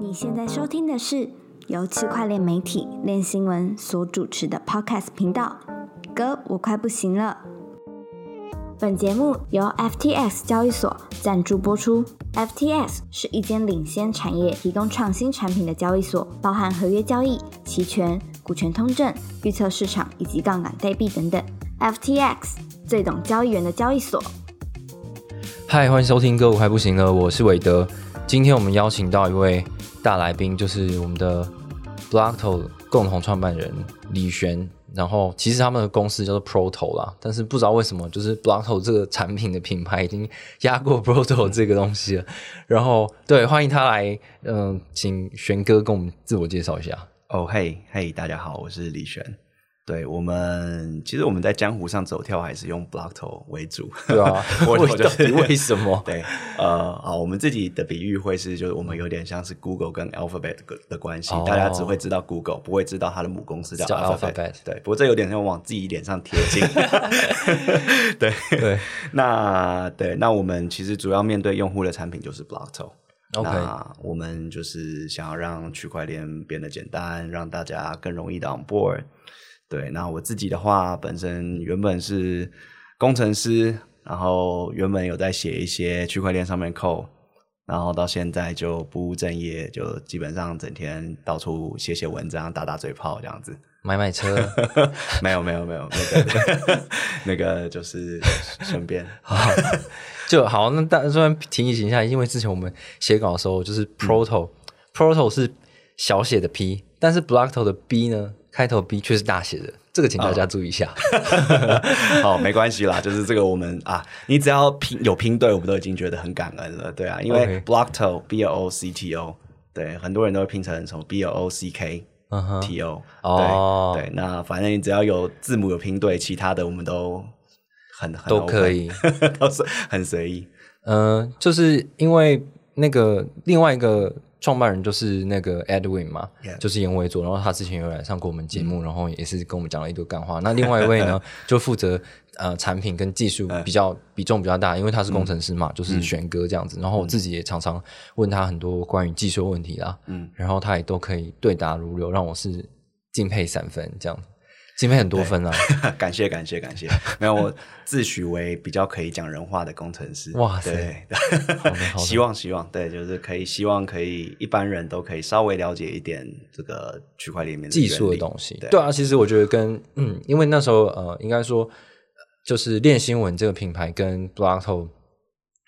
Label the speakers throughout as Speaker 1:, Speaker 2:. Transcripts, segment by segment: Speaker 1: 你现在收听的是由区块链媒体链新闻所主持的 Podcast 频道。哥，我快不行了。本节目由 FTX 交易所赞助播出。FTX 是一间领先产业提供创新产品的交易所，包含合约交易、期权、股权通证、预测市场以及杠杆代币等等。FTX 最懂交易员的交易所。
Speaker 2: 嗨，欢迎收听《歌舞还不行了》，我是韦德。今天我们邀请到一位大来宾，就是我们的 Blockto 共同创办人李璇。然后其实他们的公司叫做 Proto 啦，但是不知道为什么，就是 Blockto 这个产品的品牌已经压过 Proto 这个东西了。然后对，欢迎他来，嗯、请璇哥跟我们自我介绍一下。
Speaker 3: 哦，嘿，嘿，大家好，我是李璇。对我们，其实我们在江湖上走跳还是用 block toe 为主，
Speaker 2: 对啊
Speaker 3: 我
Speaker 2: 为
Speaker 3: 我就是
Speaker 2: 到底为什么
Speaker 3: 对，呃，啊，我们自己的比喻会是，就是我们有点像是 Google 跟 Alphabet 的的关系，
Speaker 2: 哦
Speaker 3: 大家只会知道 Google，不会知道它的母公司叫
Speaker 2: 叫
Speaker 3: Alphabet。
Speaker 2: Alphabet
Speaker 3: 对，不过这有点像往自己脸上贴 金。对，
Speaker 2: 对
Speaker 3: 那对，那我们其实主要面对用户的产品就是 block toe。
Speaker 2: ，OK，
Speaker 3: 那我们就是想要让区块链变得简单，让大家更容易的 on board。对，那我自己的话，本身原本是工程师，然后原本有在写一些区块链上面 code，然后到现在就不务正业，就基本上整天到处写写文章、打打嘴炮这样子。
Speaker 2: 买买车，
Speaker 3: 没有，没有，没有，那个 那个就是顺便。
Speaker 2: 就好，那大虽然提醒一下，因为之前我们写稿的时候，就是 proto、proto 是小写的 p，但是 block t o 的 b 呢，开头 b 却是大写的，这个请大家注意一下。
Speaker 3: 好，没关系啦，就是这个我们啊，你只要拼有拼对，我们都已经觉得很感恩了，对啊，因
Speaker 2: OK
Speaker 3: 为 blockto b l o c t o，对，很多人都会拼成什么 b l o c k
Speaker 2: 嗯哼
Speaker 3: t o，
Speaker 2: 哦
Speaker 3: 对对，那反正你只要有字母有拼对，其他的我们都很很
Speaker 2: 都可
Speaker 3: open，
Speaker 2: 以
Speaker 3: 都是很随意。
Speaker 2: 嗯，就是因为那个另外一个创办人就是那个 Edwin 嘛
Speaker 3: Yeah 嗯
Speaker 2: 就是严维佐，然后他之前有来上过我们节目，然后也是跟我们讲了一堆干话。那另外一位 呢，就负责呃产品跟技术
Speaker 3: 嗯
Speaker 2: 比较、比重比较大，因为他是工程师嘛，就是选哥这样子。然
Speaker 3: 嗯
Speaker 2: 后我自己也常常问他很多关于技术问题啦，嗯
Speaker 3: 嗯，
Speaker 2: 然后他也都可以对答如流，让我是敬佩三分这样，敬佩很多分啊，
Speaker 3: 感谢感谢感谢，没有我自诩为比较可以讲人话的工程师。
Speaker 2: 哇塞
Speaker 3: 对，
Speaker 2: 的好的
Speaker 3: 希望希望对，就是可以希望可以一般人都可以稍微了解一点这个区块链里面的
Speaker 2: 技术
Speaker 3: 原
Speaker 2: 的
Speaker 3: 理
Speaker 2: 东西。
Speaker 3: 对
Speaker 2: 对啊，其实我觉得跟嗯，因为那时候呃，应该说就是练新闻这个品牌跟 Blocko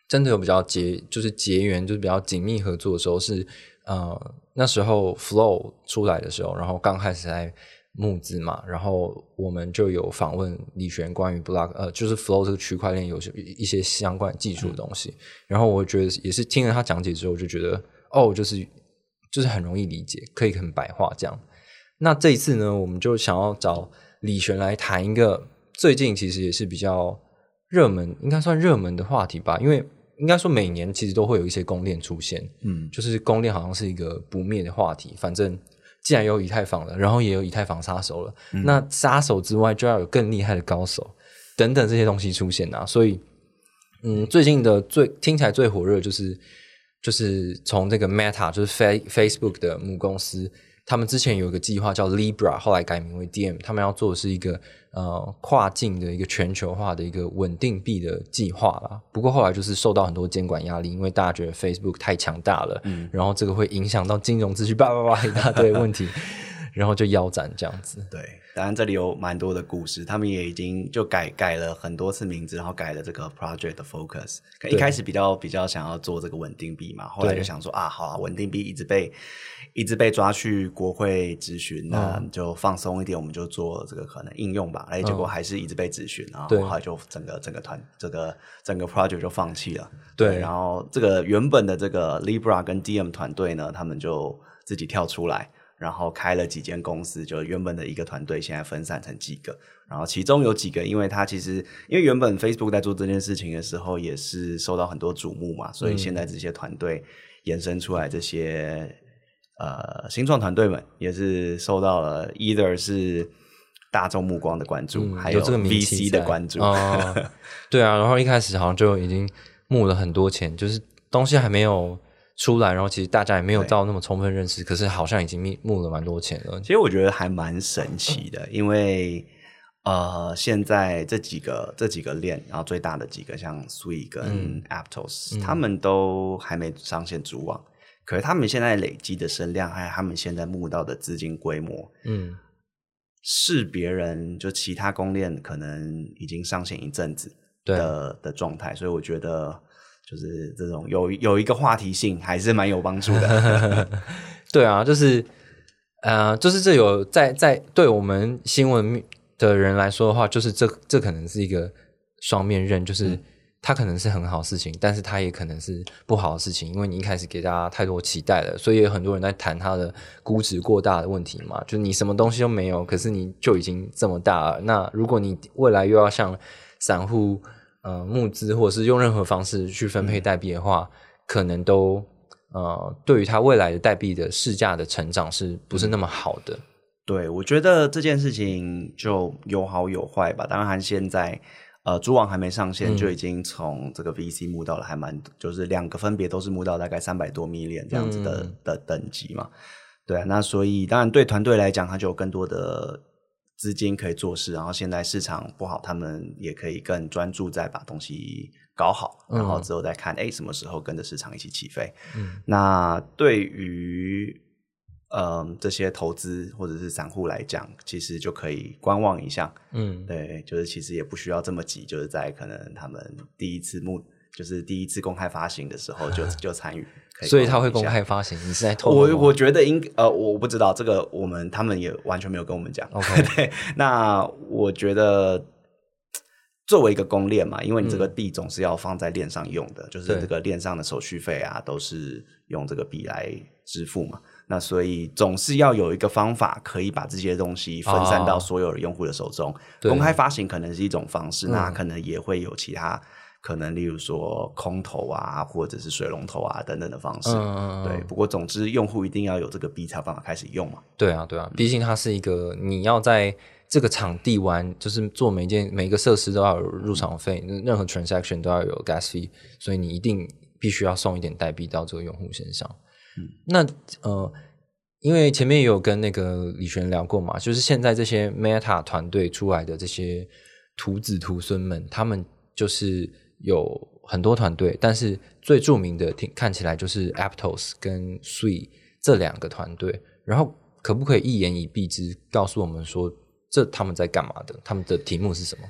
Speaker 2: 真的有比较结，就是结缘，就是比较紧密合作的时候是呃那时候 Flow 出来的时候，然后刚开始在。募资嘛，然后我们就有访问李璇关于 Block 呃，就是 Flow 这个区块链有些一些相关技术的东
Speaker 3: 嗯
Speaker 2: 西，然后我觉得也是听了他讲解之后，我就觉得哦，就是就是很容易理解，可以很白话这样。那这一次呢，我们就想要找李璇来谈一个最近其实也是比较热门，应该算热门的话题吧，因为应该说每年其实都会有一些公链出现，
Speaker 3: 嗯，
Speaker 2: 就是公链好像是一个不灭的话题。反正既然有以太坊了，然后也有以太坊杀手了，那杀手之外就要有更厉害的高手等等这些东西出现啊。所以，嗯，最近的最听起来最火热就是就是从这个 Meta，就是 Fa- Facebook 的母公司。他们之前有一个计划叫 Libra，后来改名为 DM。他们要做的是一个呃跨境的一个全球化的一个稳定币的计划啦。不过后来就是受到很多监管压力，因为大家觉得 Facebook 太强大了，然后这个会影响到金融秩序，叭叭叭一大堆问题，然后就腰斩这样子。
Speaker 3: 对，当然这里有蛮多的故事，他们也已经就改改了很多次名字，然后改了这个 project 的 focus。可一开始比较比较想要做这个稳定币嘛，后来
Speaker 2: 对
Speaker 3: 就想说啊，好啊，稳定币一直被一直被抓去国会质询，那
Speaker 2: 嗯
Speaker 3: 就放松一点，我们就做这个可能应用吧。哎，结果还是一直被质询，然
Speaker 2: 对
Speaker 3: 后后来就整个整个团这个整个 project 就放弃了。
Speaker 2: 对
Speaker 3: 然后这个原本的这个 Libra 跟 DM 团队呢，他们就自己跳出来，然后开了几间公司，就原本的一个团队现在分散成几个，然后其中有几个，因为它其实因为原本 Facebook 在做这件事情的时候，也是受到很多瞩目嘛，所以现在这些团队延伸出来这些。呃，新创团队们也是受到了，either 是大众目光的关注，
Speaker 2: 嗯
Speaker 3: 还
Speaker 2: 有这个名气
Speaker 3: VC 的
Speaker 2: 在
Speaker 3: 关注，
Speaker 2: 哦对啊，然后一开始好像就已经募了很多钱，就是东西还没有出来，然后其实大家也没有
Speaker 3: 对
Speaker 2: 到那么充分认识，可是好像已经募募了蛮多钱了
Speaker 3: 其。实我觉得还蛮神奇的，因为呃，现在这几个这几个链，然后最大的几个像 Sui 跟
Speaker 2: 嗯
Speaker 3: Aptos，、
Speaker 2: 嗯
Speaker 3: 他们都还没上线主网，可是他们现在累积的声量，还有他们现在募到的资金规模，
Speaker 2: 嗯
Speaker 3: 是别人就其他公链可能已经上线一阵子
Speaker 2: 对啊
Speaker 3: 的的状态，所以我觉得。就是这种有有一个话题性，还是蛮有帮助 的。
Speaker 2: 对啊，就是呃，就是这有在在对我们新闻的人来说的话，就是这这可能是一个双面刃，就是它可能是很好的事情，但是它也可能是不好的事情，因为你一开始给大家太多期待了，所以有很多人在谈它的估值过大的问题嘛，就你什么东西都没有，可是你就已经这么大了，那如果你未来又要向散户呃募资，或者是用任何方式去分配代币的话，可能都。呃，对于它未来的代币的市价的成长是不
Speaker 3: 嗯
Speaker 2: 是那么好的？
Speaker 3: 对，我觉得这件事情就有好有坏吧。当然，现在呃，主网还没上线，
Speaker 2: 嗯
Speaker 3: 就已经从这个 VC 募到了还蛮，就是两个分别都是募到大概三百多 million 这样子的、
Speaker 2: 嗯
Speaker 3: 的等级嘛。对啊，那所以当然对团队来讲，它就有更多的资金可以做事。然后现在市场不好，他们也可以更专注在把东西搞好，然后
Speaker 2: 嗯
Speaker 3: 之后再看，哎、什么时候跟着市场一起起飞。
Speaker 2: 嗯
Speaker 3: 那对于嗯这些投资或者是散户来讲，其实就可以观望一下。
Speaker 2: 嗯，
Speaker 3: 对，就是其实也不需要这么急，就是在可能他们第一次募，就是第一次公开发行的时候 就就参与。可
Speaker 2: 所以它会
Speaker 3: 观
Speaker 2: 公
Speaker 3: 望一下
Speaker 2: 开发行，你是在透露
Speaker 3: 我
Speaker 2: 吗
Speaker 3: 我觉得应呃，我我不知道这个，我们他们也完全没有跟我们讲。
Speaker 2: OK
Speaker 3: 对，那我觉得作为一个公链嘛，因为你这个币总是要放在链上用的，就
Speaker 2: 嗯
Speaker 3: 是
Speaker 2: 对
Speaker 3: 这个链上的手续费啊，都是用这个币来支付嘛。那所以总是要有一个方法，可以把这些东西分散到
Speaker 2: 哦
Speaker 3: 所有的用户的手中。
Speaker 2: 对
Speaker 3: 公开发行可能是一种方式，那
Speaker 2: 嗯
Speaker 3: 可能也会有其他。可能例如说空投啊，或者是水龙头啊等等的方式，
Speaker 2: 嗯嗯嗯
Speaker 3: 对，不过总之，用户一定要有这个币才有办法开始用嘛。
Speaker 2: 对啊对啊，毕竟它是一个你要在这个场地玩，就是做每一件每一个设施都要有入场费，任何 transaction 都要有 gas fee，所以你一定必须要送一点代币到这个用户身上。
Speaker 3: 嗯
Speaker 2: 那呃，因为前面也有跟那个李璇聊过嘛，就是现在这些 Meta 团队出来的这些徒子徒孙们，他们就是有很多团队，但是最著名的听看起来就是 Aptos 跟 Sui 这两个团队。然后可不可以一言以蔽之，告诉我们说这他们在干嘛的？他们的题目是什么？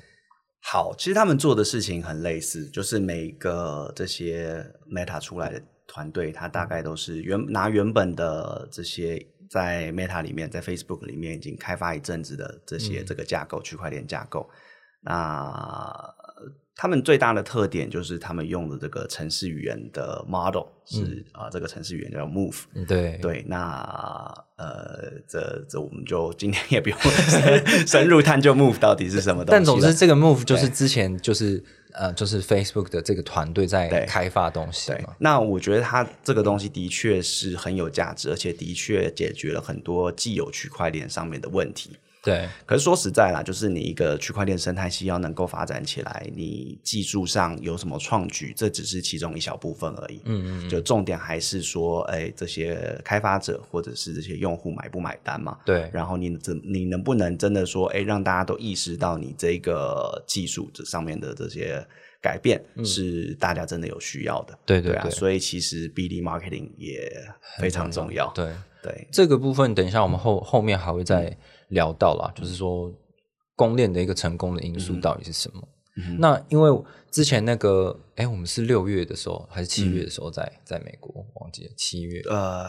Speaker 3: 好，其实他们做的事情很类似，就是每个这些 Meta 出来的团队，它大概都是原拿原本的这些在 Meta 里面，在 Facebook 里面已经开发一阵子的这些
Speaker 2: 嗯
Speaker 3: 这个架构，区块链架构。那他们最大的特点就是他们用的这个城市语言的 model 是啊、这个城市语言叫 Move，
Speaker 2: 嗯对
Speaker 3: 对，那呃，这这我们就今天也不用 深入探究 Move 到底是什么东西了。
Speaker 2: 但总之，这个 move 就是
Speaker 3: 对
Speaker 2: 之前就是呃，就是 Facebook 的这个团队
Speaker 3: 对
Speaker 2: 在开发东西
Speaker 3: 对
Speaker 2: 嘛。，
Speaker 3: 那我觉得它这个东西的确是很有价值，而且的确解决了很多既有区块链上面的问题。
Speaker 2: 对，
Speaker 3: 可是说实在啦，就是你一个区块链生态系要能够发展起来，你技术上有什么创举，这只是其中一小部分而已。
Speaker 2: 嗯嗯，
Speaker 3: 就重点还是说，哎，这些开发者或者是这些用户买不买单嘛？
Speaker 2: 对，
Speaker 3: 然后你怎你能不能真的说，哎，让大家都意识到你这个技术这上面的这些改变是大家真的有需要的？
Speaker 2: 对对
Speaker 3: 啊，
Speaker 2: 对
Speaker 3: 所以其实 BD marketing 也非常重要。
Speaker 2: 对
Speaker 3: 对
Speaker 2: 这个部分，等一下我们后后面还会再聊到啦，就是说公链的一个成功的因素到底是什么。那因为之前那个，哎，我们是六月的时候还是七月的时候在、在美国，忘记了七月，
Speaker 3: 呃，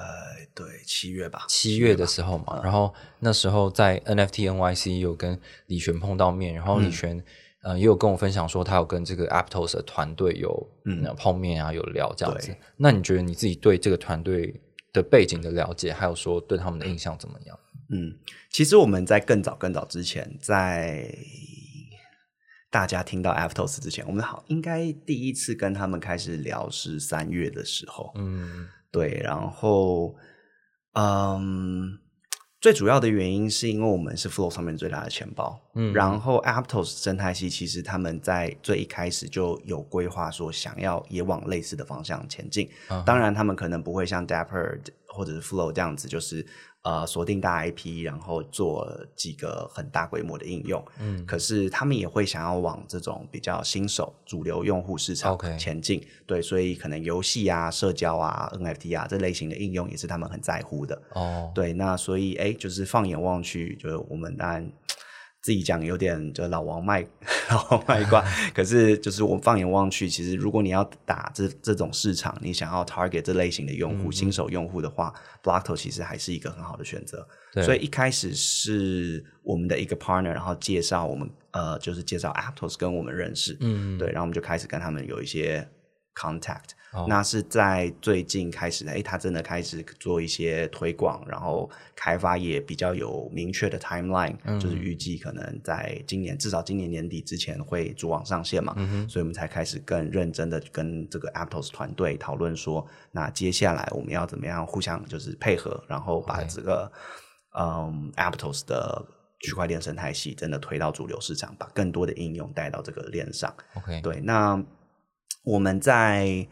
Speaker 3: 对，七月吧，
Speaker 2: 七月的时候嘛，然后那时候在 NFT NYC 有跟李璇碰到面，然后李璇、呃也有跟我分享说，他有跟这个 Aptos 的团队有
Speaker 3: 嗯
Speaker 2: 嗯碰面啊，有聊这样子
Speaker 3: 对。
Speaker 2: 那你觉得你自己对这个团队的背景的了解，还有说对他们的印象怎么样？
Speaker 3: 嗯，其实我们在更早更早之前，在大家听到 Aptos 之前，我们好应该第一次跟他们开始聊是三月的时候。
Speaker 2: 嗯
Speaker 3: 对，然后，嗯，最主要的原因是因为我们是 Flow 上面最大的钱包，嗯，然后 Aptos 生态系其实他们在最一开始就有规划说想要也往类似的方向前进，当然他们可能不会像 Dapper 或者是 Flow 这样子，就是呃锁定大 IP，然后做几个很大规模的应用，嗯，可是他们也会想要往这种比较新手主流用户市场
Speaker 2: OK
Speaker 3: 前进对，所以可能游戏啊、社交啊、NFT 啊这类型的应用也是他们很在乎的，
Speaker 2: 哦，
Speaker 3: 对，那所以哎，就是放眼望去，就是我们当然自己讲有点就老王卖 老王卖 瓜，可是就是我放眼望去，其实如果你要打这这种市场，你想要 target 这类型的用
Speaker 2: 嗯
Speaker 3: 户、新手用户的话，Blockto 其实还是一个很好的选择。
Speaker 2: 对
Speaker 3: 所以一开始是我们的一个 partner，然后介绍我们呃，就是介绍 Aptos 跟我们认识，
Speaker 2: 嗯，
Speaker 3: 对，然后我们就开始跟他们有一些 contact、
Speaker 2: 哦
Speaker 3: 那是在最近开始的，哎，他真的开始做一些推广，然后开发也比较有明确的 timeline，、就是预计可能在今年至少今年年底之前会主网上线嘛，所以我们才开始更认真的跟这个 Aptos 团队讨论说，那接下来我们要怎么样互相就是配合，然后把
Speaker 2: OK
Speaker 3: 这个嗯 Aptos 的区块链生态系真的推到主流市场，把更多的应用带到这个链上。
Speaker 2: ，OK，
Speaker 3: 对，那我们在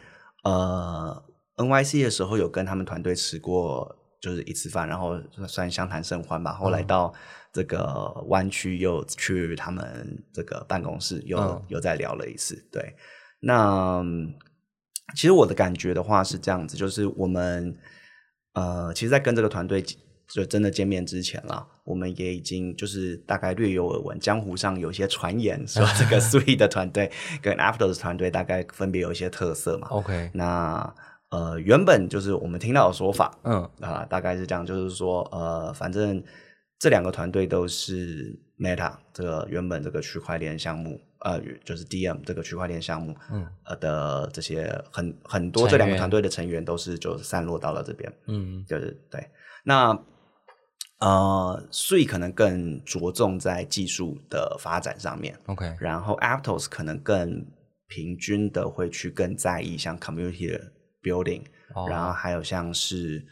Speaker 3: 呃 NYC 的时候有跟他们团队吃过就是一次饭，然后算相谈甚欢吧。后
Speaker 2: 嗯
Speaker 3: 来到这个湾区又去他们这个办公室又、
Speaker 2: 嗯
Speaker 3: 又再聊了一次。对，那嗯其实我的感觉的话是这样子，就是我们呃，其实，在跟这个团队就真的见面之前啦，我们也已经就是大概略有耳闻，江湖上有些传言说这 个 Three 的团队跟 After 的团队大概分别有一些特色嘛。
Speaker 2: ，OK，
Speaker 3: 那呃，原本就是我们听到的说法，
Speaker 2: 嗯
Speaker 3: 啊、大概是这样，就是说，呃，反正这两个团队都是 Meta 这个原本这个区块链项目，呃，就是 DM 这个区块链项目，
Speaker 2: 嗯，
Speaker 3: 呃的这些很很多
Speaker 2: 成
Speaker 3: 这两个
Speaker 2: 员
Speaker 3: 团队的成员都是就散落到了这边，
Speaker 2: 嗯
Speaker 3: 就是对。那呃，Sui 可能更着重在技术的发展上面，
Speaker 2: ，OK，
Speaker 3: 然后 Aptos 可能更平均的会去更在意像 community 的 building，、
Speaker 2: 哦
Speaker 3: 然后还有像是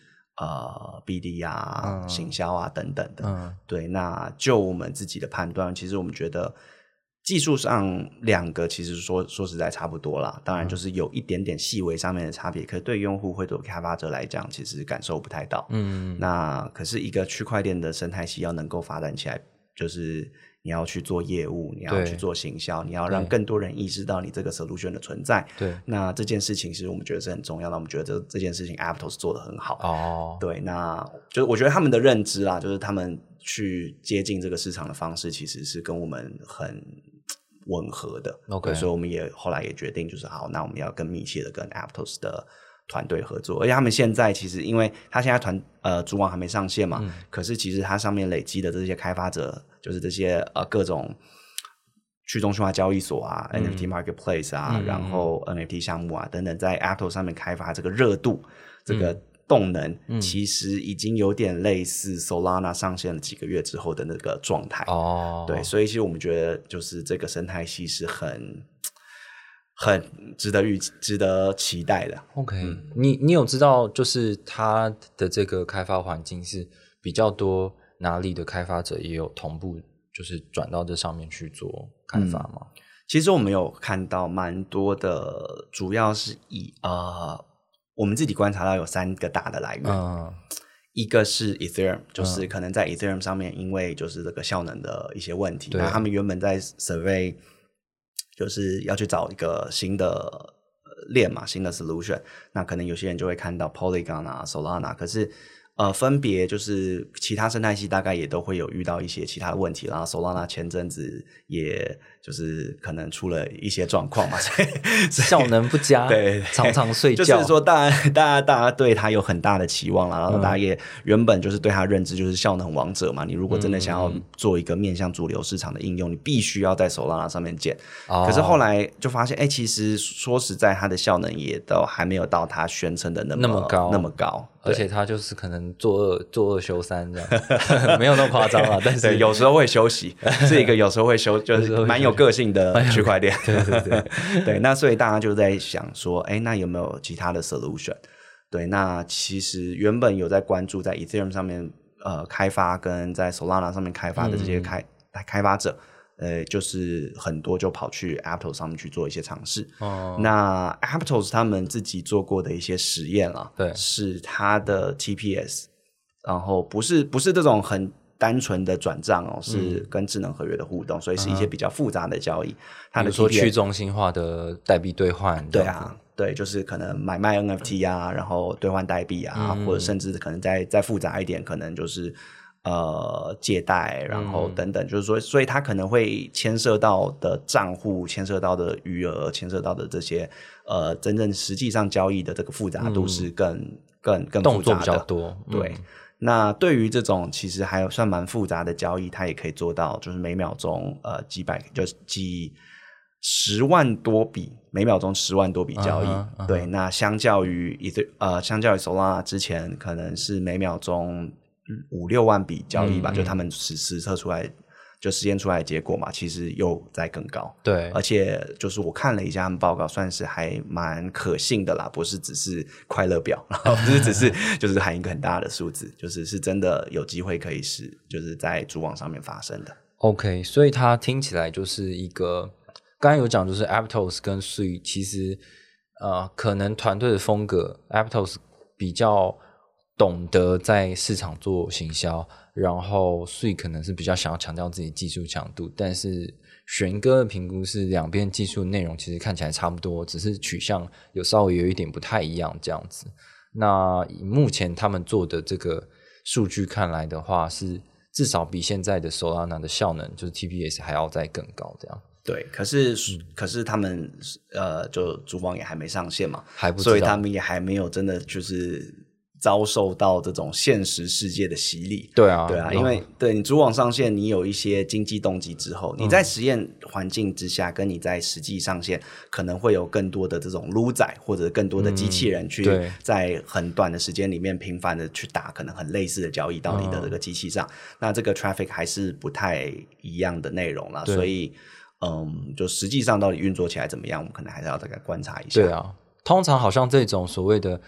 Speaker 3: 呃 BD 啊、
Speaker 2: 嗯
Speaker 3: 行销啊等等的。
Speaker 2: 嗯
Speaker 3: 对，那就我们自己的判断，其实我们觉得技术上两个其实说说实在差不多啦，
Speaker 2: 嗯
Speaker 3: 当然就是有一点点细微上面的差别，可是对用户或者开发者来讲，其实感受不太到。
Speaker 2: 嗯，
Speaker 3: 那可是一个区块链的生态系要能够发展起来，就是你要去做业务，你要
Speaker 2: 对
Speaker 3: 去做行销，你要让
Speaker 2: 对
Speaker 3: 更多人意识到你这个 solution 的存在。
Speaker 2: 对，
Speaker 3: 那这件事情其实我们觉得是很重要的，我们觉得这这件事情 Aptos 做的很好。
Speaker 2: 哦，
Speaker 3: 对，那就是我觉得他们的认知啦，就是他们去接近这个市场的方式，其实是跟我们很吻合的。
Speaker 2: OK
Speaker 3: 对所以我们也后来也决定，就是好，那我们要更密切的跟 Aptos 的团队合作，而且他们现在其实因为他现在团呃主网还没上线嘛，
Speaker 2: 嗯
Speaker 3: 可是其实它上面累积的这些开发者，就是这些呃各种。去中心化交易所啊、n f t marketplace 啊，
Speaker 2: 嗯嗯嗯
Speaker 3: 然
Speaker 2: 嗯
Speaker 3: 后 NFT 项目啊等等，在 Apple 上面开发这个热度、这个动能，其实已经有点类似 Solana 上线了几个月之后的那个状态。
Speaker 2: 哦，
Speaker 3: 对，所以其实我们觉得就是这个生态系是很很值得预值得期待的。
Speaker 2: OK，、你
Speaker 3: 嗯
Speaker 2: 你有知道就是它的这个开发环境是比较多哪里的开发者也有同步就是转到这上面去做开
Speaker 3: 嗯
Speaker 2: 发吗？
Speaker 3: 其实我们有看到蛮多的，主要是以呃，我们自己观察到有三个大的来源，
Speaker 2: 嗯
Speaker 3: 一个是 Ethereum，就是可能在 Ethereum 上面，因为就是这个效能的一些问题，
Speaker 2: 对
Speaker 3: 那他们原本在 survey 就是要去找一个新的呃链嘛，新的 solution，那可能有些人就会看到 Polygon 啊、Solana，可是。呃，分别就是其他生态系大概也都会有遇到一些其他的问题啦。Solana 前阵子也就是可能出了一些状况嘛，所以所以
Speaker 2: 效能不佳，
Speaker 3: 对对对
Speaker 2: 常常睡觉，
Speaker 3: 就是说大家大家大家对他有很大的期望啦，然后
Speaker 2: 嗯
Speaker 3: 大家也原本就是对他认知就是效能王者嘛。你如果真的想要做一个面向主流市场的应用，你必须要在 Solana 上面建。
Speaker 2: 哦，
Speaker 3: 可是后来就发现，哎、其实说实在，它的效能也都还没有到它宣称的那么
Speaker 2: 那么高
Speaker 3: 那么高，
Speaker 2: 而且他就是可能作恶作恶修三这样， 没有那么夸张啊， 但
Speaker 3: 对，
Speaker 2: 是
Speaker 3: 有时候会休 息，是一个有时候会休，就是蛮有个性的区块链。对对对 对，那所以大家就在想说，哎，那有没有其他的 solution？对，那其实原本有在关注在 Ethereum 上面呃开发跟在 Solana 上面开发的这些开、开发者，呃，就是很多就跑去 Aptos 上面去做一些尝试。
Speaker 2: 哦，
Speaker 3: 那 Aptos 他们自己做过的一些实验啊，
Speaker 2: 对
Speaker 3: 是它的 TPS，然后不是不是这种很单纯的转账哦，是
Speaker 2: 嗯
Speaker 3: 跟智能合约的互动，所以是一些比较复杂的交易。它
Speaker 2: 比
Speaker 3: 的
Speaker 2: 如说
Speaker 3: TPS
Speaker 2: 去中心化的代币兑换，
Speaker 3: 对，啊，对，就是可能买卖 NFT 啊，然后兑换代币啊，
Speaker 2: 嗯
Speaker 3: 或者甚至可能再再复杂一点，可能就是呃借贷，然后
Speaker 2: 嗯
Speaker 3: 等等，就是说，所以它可能会牵涉到的账户、牵涉到的余额、牵涉到的这些呃真正实际上交易的这个复杂度是更、更更
Speaker 2: 嗯动
Speaker 3: 复
Speaker 2: 作
Speaker 3: 杂
Speaker 2: 比
Speaker 3: 的
Speaker 2: 较。多，嗯
Speaker 3: 对，，那对于这种其实还有算蛮复杂的交易，它也可以做到，就是每秒钟呃几百，就是几十万多笔，每秒钟十万多笔交
Speaker 2: 嗯
Speaker 3: 易。
Speaker 2: 哼嗯哼
Speaker 3: 对，那相较于 Ether 呃，相较于 Solana 之前可能是每秒钟五六万笔交易吧，
Speaker 2: 嗯
Speaker 3: 就他们实实测出来就实验出来的结果嘛，其实又在更高。
Speaker 2: 对，
Speaker 3: 而且就是我看了一下他们报告，算是还蛮可信的啦，不是只是快乐表，然后不是 只是就是含一个很大的数字，就是是真的有机会可以是就是在主网上面发生的。
Speaker 2: OK，所以它听起来就是一个，刚刚有讲就是 Aptos 跟 Sui，其实呃，可能团队的风格 Aptos 比较懂得在市场做行销，然后 Sui 可能是比较想要强调自己技术强度，但是玄哥的评估是两边技术内容其实看起来差不多，只是取向有稍微有一点不太一样这样子。那以目前他们做的这个数据看来的话，是至少比现在的 Solana 的效能，就是 TPS 还要再更高，这样
Speaker 3: 对，可是、
Speaker 2: 嗯
Speaker 3: 可是他们呃，就主网也还没上线嘛，
Speaker 2: 还不知道
Speaker 3: 所以他们也还没有真的就是遭受到这种现实世界的洗礼。
Speaker 2: 对啊，
Speaker 3: 对啊，因为对你主网上线，你有一些经济动机之后，你
Speaker 2: 嗯
Speaker 3: 在实验环境之下，跟你在实际上线，可能会有更多的这种撸仔或者更多的机器人
Speaker 2: 嗯
Speaker 3: 去
Speaker 2: 对
Speaker 3: 在很短的时间里面频繁的去打可能很类似的交易到你的这
Speaker 2: 嗯
Speaker 3: 个机器上，那这个 traffic 还是不太一样的内容啦，
Speaker 2: 对
Speaker 3: 所以。嗯，就实际上到底运作起来怎么样，我们可能还是要大概观察一下。
Speaker 2: 对啊，通常好像这种所谓的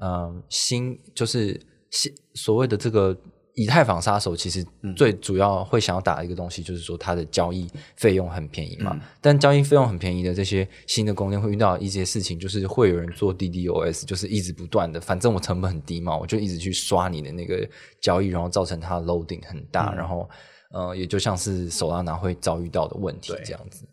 Speaker 2: 嗯、新，就是新所谓的这个以太坊杀
Speaker 3: 嗯
Speaker 2: 手，其实最主要会想要打的一个东西，就是说它的交易费用很便宜
Speaker 3: 嗯
Speaker 2: 嘛。但交易费用很便宜的这些新的供应链会遇到一些事情，就是会有人做 DDoS，就是一直不断的，反正我成本很低嘛，我就一直去刷你的那个交易，然后造成它的 loading 很大，
Speaker 3: 嗯
Speaker 2: 然后。呃，也就像是手拉拿会遭遇到的问题
Speaker 3: 对
Speaker 2: 这样子，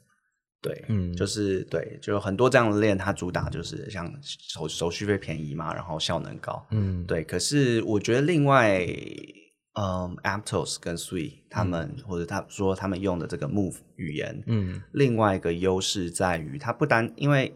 Speaker 3: 对，
Speaker 2: 嗯
Speaker 3: 就是对，就有很多这样的链，它主打就是像手手续费便宜嘛，然后效能高。
Speaker 2: 嗯，
Speaker 3: 对，可是我觉得另外，嗯，Aptos 跟 Sui 他们、或者他说他们用的这个 Move 语言，
Speaker 2: 嗯，
Speaker 3: 另外一个优势在于它不单因为，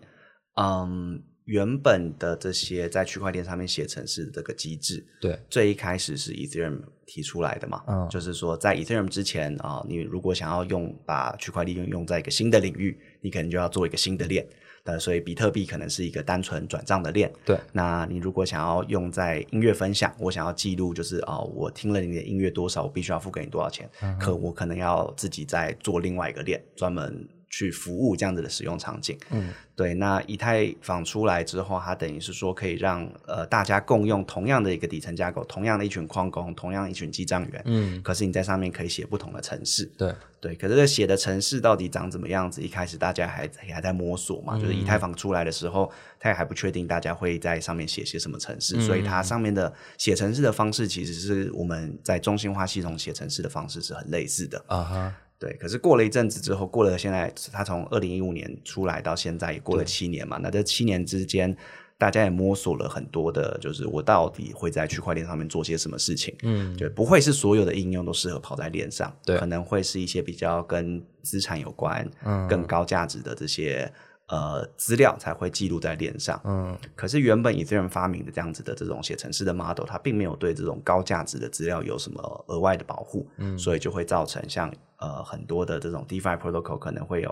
Speaker 3: 嗯，原本的这些在区块链上面写程式的这个机制，
Speaker 2: 对，
Speaker 3: 最一开始是 Ethereum 提出来的嘛，
Speaker 2: 嗯
Speaker 3: 就是说在 Ethereum 之前啊、你如果想要用把区块链用在一个新的领域，你可能就要做一个新的链。呃，所以比特币可能是一个单纯转账的链，
Speaker 2: 对，
Speaker 3: 那你如果想要用在音乐分享，我想要记录，就是啊、我听了你的音乐多少，我必须要付给你多少钱。
Speaker 2: 嗯
Speaker 3: 可我可能要自己再做另外一个链，专门去服务这样子的使用场景。
Speaker 2: 嗯，
Speaker 3: 对。那以太坊出来之后，它等于是说可以让呃大家共用同样的一个底层架构，同样的一群矿工，同样一群记账员。
Speaker 2: 嗯，
Speaker 3: 可是你在上面可以写不同的程式。
Speaker 2: 对，
Speaker 3: 对，可是这个写的城市到底长怎么样子？一开始大家还在还在摸索嘛，就是以太坊出来的时候，他也还不确定大家会在上面写些什么城市，所以它上面的写城市的方式其实是我们在中心化系统写城市的方式是很类似的。
Speaker 2: 啊哈，
Speaker 3: 对，可是过了一阵子之后，过了现在，他从二零一五年出来到现在也过了七年嘛。那这七年之间，大家也摸索了很多的，就是我到底会在区块链上面做些什么事情。嗯，对，不会是所有的应用都适合跑在链上，
Speaker 2: 对
Speaker 3: 可能会是一些比较跟资产有关、嗯、更高价值的这些呃资料才会记录在链上。
Speaker 2: 嗯，
Speaker 3: 可是原本 Ethereum 发明的这样子的这种写程式的 model，它并没有对这种高价值的资料有什么额外的保护，嗯，所以就会造成像呃很多的这种 DeFi protocol 可能会有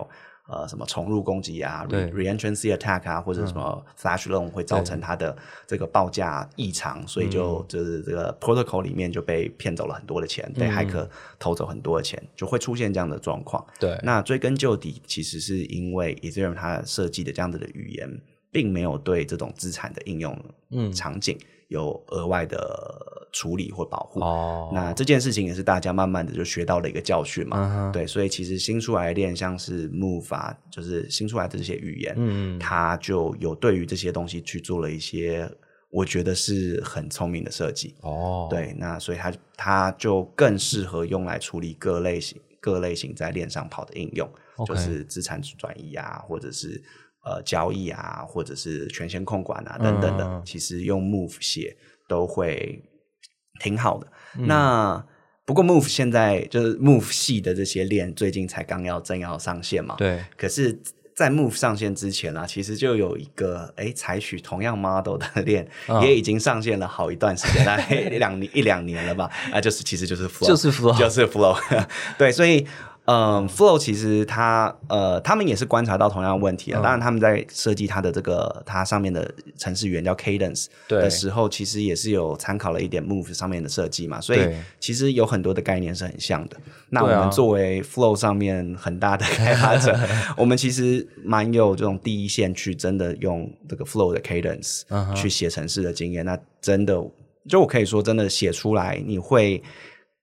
Speaker 3: 呃什么重入攻击啊
Speaker 2: 对
Speaker 3: ，re-reentrancy attack 啊，或者什么 flash loan 会造成它的这个报价异常，所以就就是这个 protocol 里面就被骗走了很多的钱，被骇客偷走很多的钱，就会出现这样的状况。
Speaker 2: 对，
Speaker 3: 那追根究底，其实是因为 Ethereum 它设计的这样子的语言，并没有对这种资产的应用
Speaker 2: 嗯
Speaker 3: 场景有额外的处理或保护。
Speaker 2: 哦，
Speaker 3: 那这件事情也是大家慢慢的就学到了一个教训嘛。
Speaker 2: 嗯哼
Speaker 3: 对，所以其实新出来的链像是 Move 啊，就是新出来的这些语言，
Speaker 2: 嗯
Speaker 3: 它就有对于这些东西去做了一些，我觉得是很聪明的设计。
Speaker 2: 哦，
Speaker 3: 对，那所以它它就更适合用来处理各类型各类型在链上跑的应用
Speaker 2: OK
Speaker 3: 就是资产转移啊，或者是呃交易啊，或者是权限控管啊等等的。
Speaker 2: 嗯
Speaker 3: 其实用 Move 写都会挺好的。
Speaker 2: 嗯
Speaker 3: 那不过 Move 现在就是 Move 系的这些链，最近才刚要正要上线嘛。
Speaker 2: 对，
Speaker 3: 可是，在 Move 上线之前啊，其实就有一个哎，采取同样 model 的链、
Speaker 2: 嗯
Speaker 3: 也已经上线了好一段时间，大概一两年一 两年了吧？啊，就是其实就是 Flow，
Speaker 2: 就是 Flow
Speaker 3: 就是 Flow，对， 所以。嗯，Flow 其实它呃，他们也是观察到同样的
Speaker 2: 嗯
Speaker 3: 问题啊。当然，他们在设计它的这个它上面的程式语言叫 Cadence
Speaker 2: 对
Speaker 3: 的时候，其实也是有参考了一点 Move 上面的设计嘛。所以
Speaker 2: 对
Speaker 3: 其实有很多的概念是很像的。那我
Speaker 2: 对啊
Speaker 3: 们作为 Flow 上面很大的开 发者，我们其实蛮有这种第一线去真的用这个 Flow 的 Cadence
Speaker 2: 嗯哼
Speaker 3: 去写程式的经验。那真的，就我可以说，真的写出来你会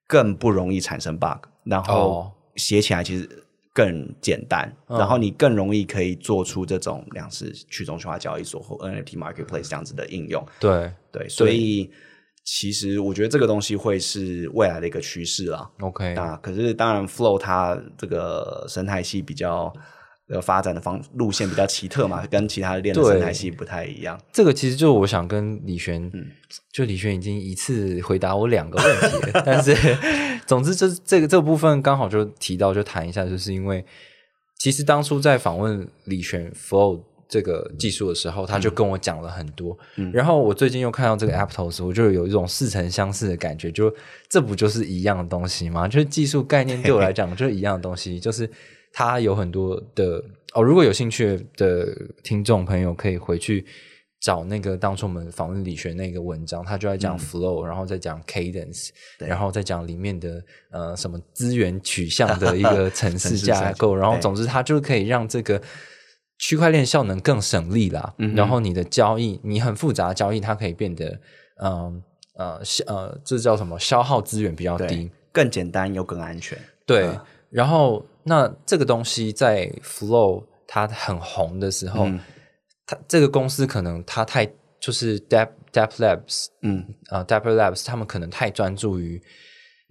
Speaker 3: 更不容易产生 bug，然
Speaker 2: 哦
Speaker 3: 后写起来其实。更简单，
Speaker 2: 嗯
Speaker 3: 然后你更容易可以做出这种两是去中心化交易所或 NFT marketplace 这样子的应用。
Speaker 2: 对
Speaker 3: 对，所以其实我觉得这个东西会是未来的一个趋势啦。
Speaker 2: ，OK，
Speaker 3: 那可是当然，Flow 它这个生态系比较呃发展的方路线比较奇特嘛，跟其他的链的
Speaker 2: 对
Speaker 3: 生态系不太一样。
Speaker 2: 这个其实就我想跟李璇，就李璇已经一次回答我两个问题了，但是 总之这这个这个部分刚好就提到就谈一下，就是因为其实当初在访问李璇 Flow 这个技术的时候，他就跟我讲了很多，然后我最近又看到这个 Aptos，我就有一种似曾相识的感觉，就这不就是一样的东西吗？就是技术概念对我来讲就是一样的东西，就是它有很多的哦。如果有兴趣的听众朋友，可以回去找那个当初我们访问理学那个文章，他就在讲 flow，、然后再讲 cadence，
Speaker 3: 嗯对
Speaker 2: 然后再讲里面的呃什么资源取向的一 个层次架构，然后
Speaker 3: 对
Speaker 2: 总之它就可以让这个。区块链效能更省力啦，
Speaker 3: 嗯
Speaker 2: 然后你的交易，你很复杂的交易，它可以变得，嗯呃消呃，这叫什么？消耗资源比较低
Speaker 3: 对，，更简单又更安全。
Speaker 2: 对，然后那这个东西在 Flow 它很红的时候，它这个公司可能它太就是 Dep Dep Labs，
Speaker 3: 嗯，
Speaker 2: 啊 d e p e r Labs 他们可能太专注于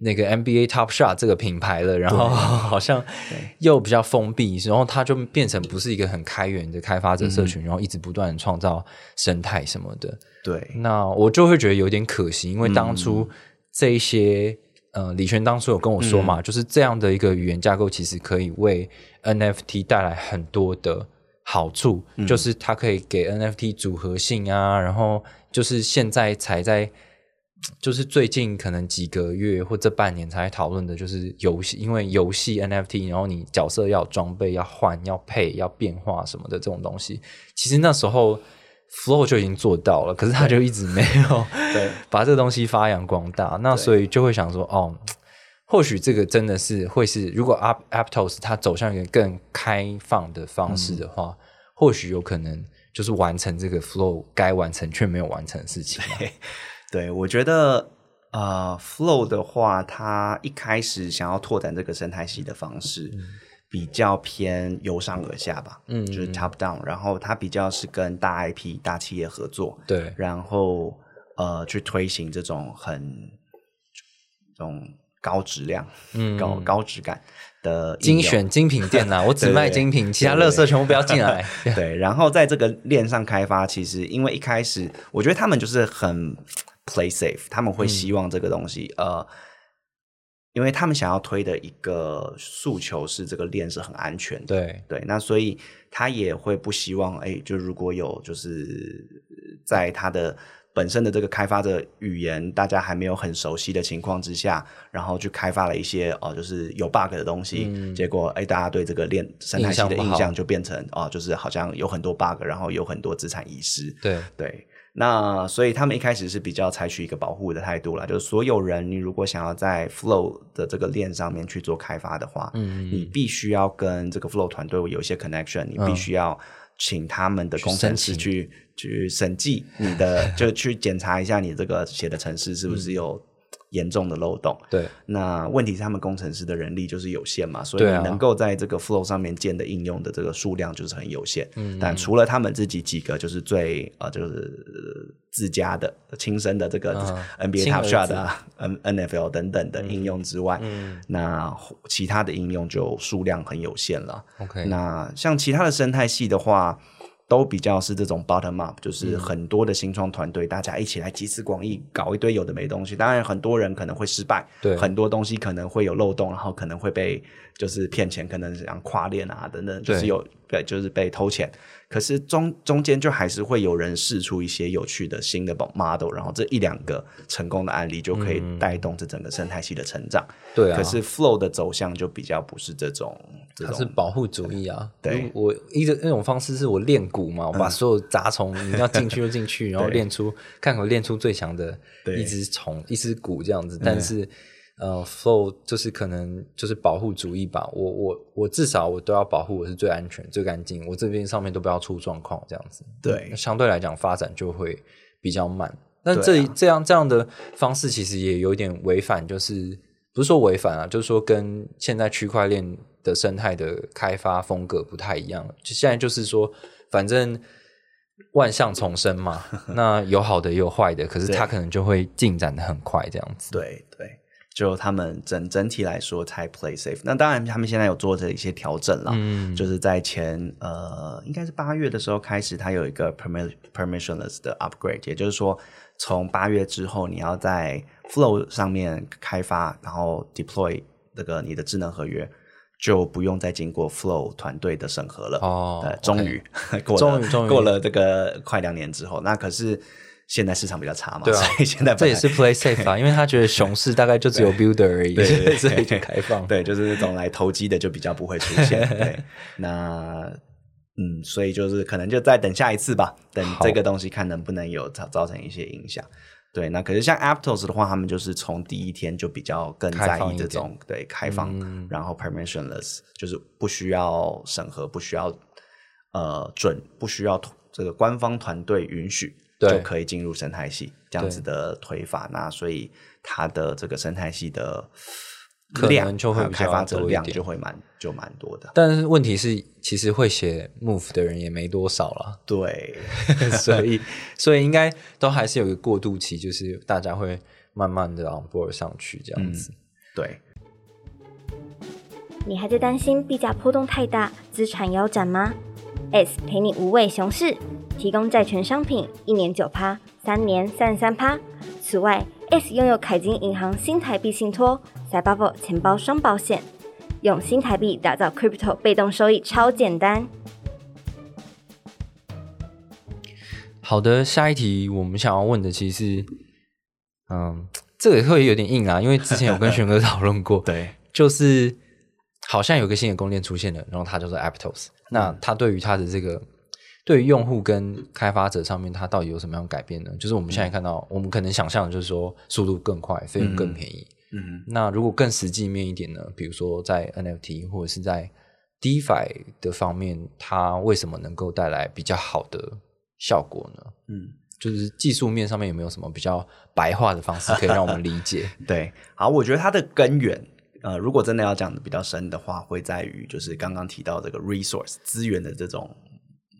Speaker 2: 那个 NBA Top Shot 这个品牌了，然后 好像又比较封闭，然后它就变成不是一个很开源的开发者社群，然后一直不断地创造生态什么的。
Speaker 3: 对，
Speaker 2: 那我就会觉得有点可惜，因为当初这一些、呃，李轩当初有跟我说嘛，就是这样的一个语言架构，其实可以为 NFT 带来很多的好处，就是它可以给 NFT 组合性啊，然后就是现在才在。就是最近可能几个月或这半年才讨论的，就是游戏，因为游戏 NFT，然后你角色要有装备要换要配要变化什么的这种东西，其实那时候 Flow 就已经做到了，可是他就一直没有
Speaker 3: 对
Speaker 2: 把这个东西发扬光大。那所以就会想说，哦，或许这个真的是会是，如果 App Aptos 它走向一个更开放的方式的话，或许有可能就是完成这个 Flow 该完成却没有完成的事情啊。
Speaker 3: 对，我觉得呃，Flow 的话，它一开始想要拓展这个生态系的方式。比较偏由上而下吧，嗯，就是 top down，然后它比较是跟大 IP、大企业合作，
Speaker 2: 对，
Speaker 3: 然后呃去推行这种很这种高质量、高高质感的
Speaker 2: 嗯
Speaker 3: 应
Speaker 2: 精
Speaker 3: 用
Speaker 2: 选精品店啊呐，我只
Speaker 3: 对对
Speaker 2: 卖
Speaker 3: 对
Speaker 2: 精品，其他
Speaker 3: 对
Speaker 2: 垃
Speaker 3: 对
Speaker 2: 圾全部不要进来。
Speaker 3: 对，然后在这个链上开发，其实因为一开始我觉得他们就是很 play safe，他
Speaker 2: 嗯
Speaker 3: 们会希望这个东西、呃。因为他们想要推的一个诉求是，这个链是很安全的，
Speaker 2: 对，
Speaker 3: 对，那所以他也会不希望，哎，就如果有就是呃在他的本身的这个开发者语言大家还没有很熟悉的情况之下，然后去开发了一些哦、就是有 bug 的东西，结果哎，大家对这个链生态系的
Speaker 2: 嗯印象不
Speaker 3: 印
Speaker 2: 好
Speaker 3: 象就变成哦、就是好像有很多 bug，然后有很多资产遗失，
Speaker 2: 对，
Speaker 3: 对，那所以他们一开始是比较采取一个保护的态度啦，就是所有人，你如果想要在 Flow 的这个链上面
Speaker 2: 嗯
Speaker 3: 去做开发的话，嗯，你必须要跟这个 Flow 团队有一些 connection，你必须要请他们的
Speaker 2: 去
Speaker 3: 工程师
Speaker 2: 申请
Speaker 3: 去去审计 你的，就去检查一下你这个写的程式是不
Speaker 2: 嗯
Speaker 3: 是有严重的漏洞。
Speaker 2: 对，
Speaker 3: 那问题是他们工程师的人力就是有限嘛，所以
Speaker 2: 对啊
Speaker 3: 你能够在这个 Flow 上面建的应用的这个数量就是很有限。嗯，但除了他们自己几个就是最呃就是呃自家的亲生的这个
Speaker 2: 啊
Speaker 3: NBA
Speaker 2: 亲儿
Speaker 3: Top
Speaker 2: 子嗯
Speaker 3: Shot 的啊、N NFL 等等的应用之外，那其他的应用就数量很有限了。
Speaker 2: OK，
Speaker 3: 那像其他的生态系的话，都比较是这种 bottom up，就是
Speaker 2: 嗯
Speaker 3: 很多的新创团队、大家一起来集思广益，搞一堆有的没东西。当然，很多人可能会失败，
Speaker 2: 对
Speaker 3: 很多东西可能会有漏洞，然后可能会被就是骗钱，可能像跨链啊等等，就是
Speaker 2: 对
Speaker 3: 有对，就是被偷钱。可是中中间就还是会有人试出一些有趣的新的 model，然后这一两个成功的案例就可以带动这整个生态系的成长。
Speaker 2: 嗯对啊，
Speaker 3: 可是 flow 的走向就比较不是这种，这
Speaker 2: 它
Speaker 3: 种
Speaker 2: 是保护主义啊。
Speaker 3: 对嗯
Speaker 2: 如果我一直那种方式是我练骨嘛，我把所有杂 虫你要进去就进去，然后练出看可不可以练出最强的
Speaker 3: 对嗯
Speaker 2: 一只虫一只骨这样子。但是、呃，flow 就是可能就是保护主义吧。我我我至少我都要保护我是最安全最干净，我这边上面都不要出状况这样子。
Speaker 3: 对
Speaker 2: 那相对来讲发展就会比较慢。但
Speaker 3: 对啊
Speaker 2: 这、这样这样的方式其实也有点违反，就是不是说违反啊，就是说跟现在区块链的生态的开发风格不太一样。就现在就是说，反正万象丛生 嘛，那有好的也有坏的，可是
Speaker 3: 对
Speaker 2: 它可能就会进展的很快这样子。
Speaker 3: 对对，就他们整整体来说才 play safe。那当然，他们现在有做着一些调整啦，
Speaker 2: 嗯
Speaker 3: 就是在前呃，应该是八月的时候开始，它有一个 permi- permissionless 的 upgrade，也就是说，从八月之后，你要在 Flow 上面开发，然后 deploy 那个你的智能合约。就不用再经过 Flow 团队的审核了。
Speaker 2: 哦
Speaker 3: 呃
Speaker 2: OK
Speaker 3: 终于 过了，
Speaker 2: 终于终于
Speaker 3: 过了这个快两年之后，那可是现在市场比较差嘛，
Speaker 2: 对啊
Speaker 3: 所以现在本来
Speaker 2: 这也是 play safe 啊，因为他觉得熊市大概就只有 builder 而已，
Speaker 3: 对对
Speaker 2: 所以就
Speaker 3: 对
Speaker 2: 开放。
Speaker 3: 对，就是那种来投机的就比较不会出 现。对，那嗯，所以就是可能就再等下一次吧，等
Speaker 2: 好
Speaker 3: 这个东西看能不能有造造成一些影响。对，那可是像 Aptos 的话，他们就是从第一天就比较更
Speaker 2: 开
Speaker 3: 在
Speaker 2: 放
Speaker 3: 意
Speaker 2: 一
Speaker 3: 这
Speaker 2: 点
Speaker 3: 种对开放，
Speaker 2: 嗯
Speaker 3: 然后 permissionless 就是不需要审核，不需要呃准，不需要这个官方团队允许，
Speaker 2: 对
Speaker 3: 就可以进入生态系这样子的推法。那所以它的这个生态系的
Speaker 2: 可能
Speaker 3: 量
Speaker 2: 就会
Speaker 3: 还有
Speaker 2: 比
Speaker 3: 开
Speaker 2: 较
Speaker 3: 发者
Speaker 2: 多一
Speaker 3: 量
Speaker 2: 点
Speaker 3: 就会蛮就蛮多的。
Speaker 2: 但是问题是，其实会写 move 的人也没多少啦。
Speaker 3: 对，
Speaker 2: 所以所以应该都还是有一个过渡期，就是大家会慢慢的 on board 上去这样
Speaker 3: 嗯
Speaker 2: 子。
Speaker 3: 对，
Speaker 1: 你还在担心币价波动太大，资产腰斩吗？S 陪你无畏熊市，提供债权商品，一年九趴，三年三十三趴。此外，S 拥有凯金银行新台币信托、s b u b b l e 钱包双保险，用新台币打造 crypto 被动收益超简单。
Speaker 2: 好的，下一题我们想要问的其实是，嗯，这个会有点硬啊，因为之前有跟玄哥 讨论过，
Speaker 3: 对，
Speaker 2: 就是好像有个新的供应链出现了，然后它叫做 Aptos，那
Speaker 3: 嗯
Speaker 2: 它对于它的这个。对于用户跟开发者上面，它到底有什么样的改变呢？就是我们
Speaker 3: 嗯
Speaker 2: 现在看到，我们可能想象的就是说速度更快，费用更便宜，
Speaker 3: 嗯，
Speaker 2: 那如果更实际面一点呢？比如说在 NFT 或者是在 DeFi 的方面，它为什么能够带来比较好的效果呢？
Speaker 3: 嗯，
Speaker 2: 就是技术面上面有没有什么比较白话的方式可以让我们理解？
Speaker 3: 对。好，我觉得它的根源。呃，如果真的要讲的比较深的话，会在于就是刚刚提到这个 resource 资源的这种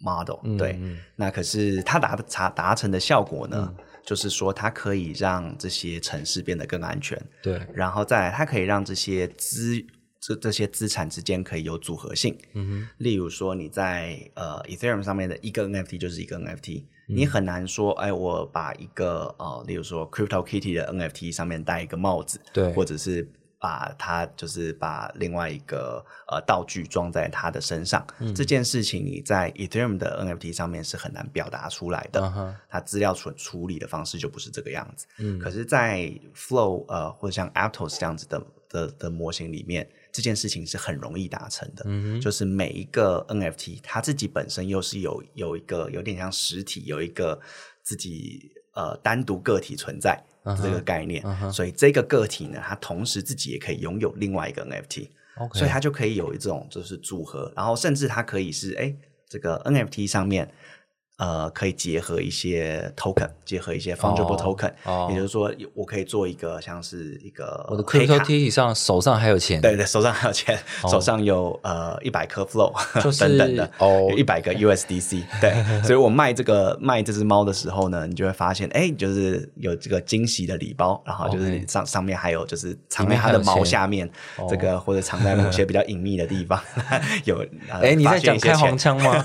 Speaker 3: model，、
Speaker 2: 嗯
Speaker 3: 对，
Speaker 2: 嗯
Speaker 3: 那可是它达达达成的效果呢，就是说它可以让这些城市变得更安全，
Speaker 2: 对，
Speaker 3: 然后再来它可以让这些资这这些资产之间可以有组合性。
Speaker 2: 嗯
Speaker 3: 例如说你在呃 Ethereum 上面的一个 NFT 就是一个 NFT，、你很难说，哎，我把一个呃，例如说 Crypto Kitty 的 NFT 上面戴一个帽子，
Speaker 2: 对
Speaker 3: 或者是把它就是把另外一个呃道具装在它的身上，
Speaker 2: 嗯
Speaker 3: 这件事情你在 Ethereum 的 NFT 上面是很难表达出来的。
Speaker 2: 哼，啊哈，
Speaker 3: 它资料处处理的方式就不是这个样子。
Speaker 2: 嗯
Speaker 3: 可是，在 Flow 呃或者像 Aptos 这样子的的的模型里面，这件事情是很容易达成的。
Speaker 2: 嗯哼，
Speaker 3: 就是每一个 NFT 它自己本身又是有有一个有点像实体，有一个自己呃单独个体存在
Speaker 2: 嗯哼
Speaker 3: 这个概念
Speaker 2: 嗯哼
Speaker 3: 所以这个个体呢，它同时自己也可以拥有另外一个 NFT。
Speaker 2: OK，
Speaker 3: 所以它就可以有一种就是组合，然后甚至它可以是哎这个 NFT 上面，呃，可以结合一些 token，结合一些 fungible
Speaker 2: 哦
Speaker 3: token，、
Speaker 2: 哦
Speaker 3: 也就是说，我可以做一个像是一个
Speaker 2: 我的
Speaker 3: 黑卡
Speaker 2: crypto T 上手上还有钱，
Speaker 3: 对对，手上还有钱，
Speaker 2: 哦
Speaker 3: 手上有呃一百颗 flow
Speaker 2: 就是
Speaker 3: 等等的，
Speaker 2: 哦
Speaker 3: 一百 个 USDC。对，所以我卖这个卖这只猫的时候呢，你就会发现，哎，就是有这个惊喜的礼包，然后就是
Speaker 2: 哦 OK
Speaker 3: 上上面还有就是藏
Speaker 2: 里面
Speaker 3: 在它
Speaker 2: 还
Speaker 3: 的
Speaker 2: 有
Speaker 3: 毛
Speaker 2: 钱哦
Speaker 3: 下面，这个或者藏在某 些比较隐秘的地方 有。呃
Speaker 2: 哎，你
Speaker 3: 发
Speaker 2: 在
Speaker 3: 现
Speaker 2: 讲
Speaker 3: 一些
Speaker 2: 开
Speaker 3: 钱
Speaker 2: 黄腔吗？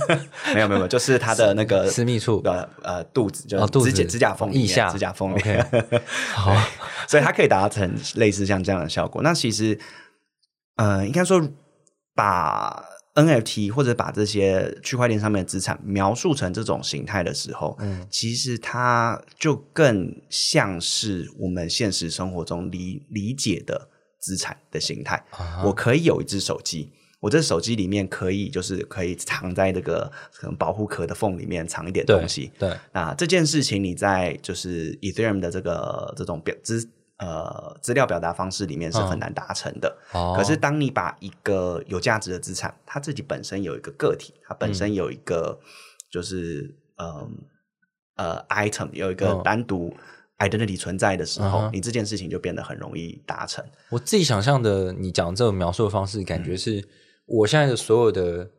Speaker 3: 没有没有，没有，就是它的那个
Speaker 2: 私密处
Speaker 3: 呃呃肚子，就
Speaker 2: 哦肚
Speaker 3: 是指甲
Speaker 2: 子
Speaker 3: 指甲缝里面
Speaker 2: 腋下
Speaker 3: 指甲缝里面
Speaker 2: OK 好
Speaker 3: 对所以它可以达成类似像这样的效果。那其实，呃，应该说把 NFT 或者把这些区块链上面的资产描述成这种形态的时候，嗯，其实它就更像是我们现实生活中理理解的资产的形态。
Speaker 2: 啊
Speaker 3: 我可以有一只手机，我这手机里面可以就是可以藏在这个可能保护壳的缝里面藏一点
Speaker 2: 对
Speaker 3: 东西。
Speaker 2: 对，
Speaker 3: 那这件事情你在就是 Ethereum 的这个这种表资呃资料表达方式里面是很
Speaker 2: 嗯
Speaker 3: 难达成的。
Speaker 2: 哦，
Speaker 3: 可是当你把一个有价值的资产，它自己本身有一个个体，它本
Speaker 2: 嗯
Speaker 3: 身有一个就是嗯呃 item 有一个
Speaker 2: 嗯
Speaker 3: 单独 identity 存在的时候，
Speaker 2: 嗯哼
Speaker 3: 你这件事情就变得很容易达成。
Speaker 2: 我自己想象的，你讲这种描述的方式，感
Speaker 3: 嗯
Speaker 2: 觉是我现在的所有的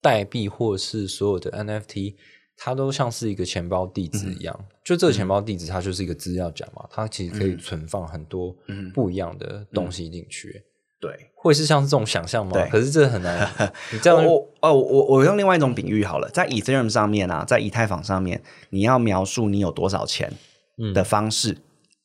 Speaker 2: 代币或者是所有的 NFT，它都像是一个钱包地址
Speaker 3: 嗯
Speaker 2: 一样。就这个钱包地址，它就是一个资料夹嘛，它其实可以存放很多
Speaker 3: 嗯
Speaker 2: 不一样的东西进去。
Speaker 3: 对，
Speaker 2: 会是像是这种想象吗
Speaker 3: 对？
Speaker 2: 可是这很 难，你这样
Speaker 3: 我我哦，我我用另外一种比喻好了，在 Ethereum 上面啊，在以太坊上面，你要描述你有多少钱
Speaker 2: 嗯
Speaker 3: 的方式，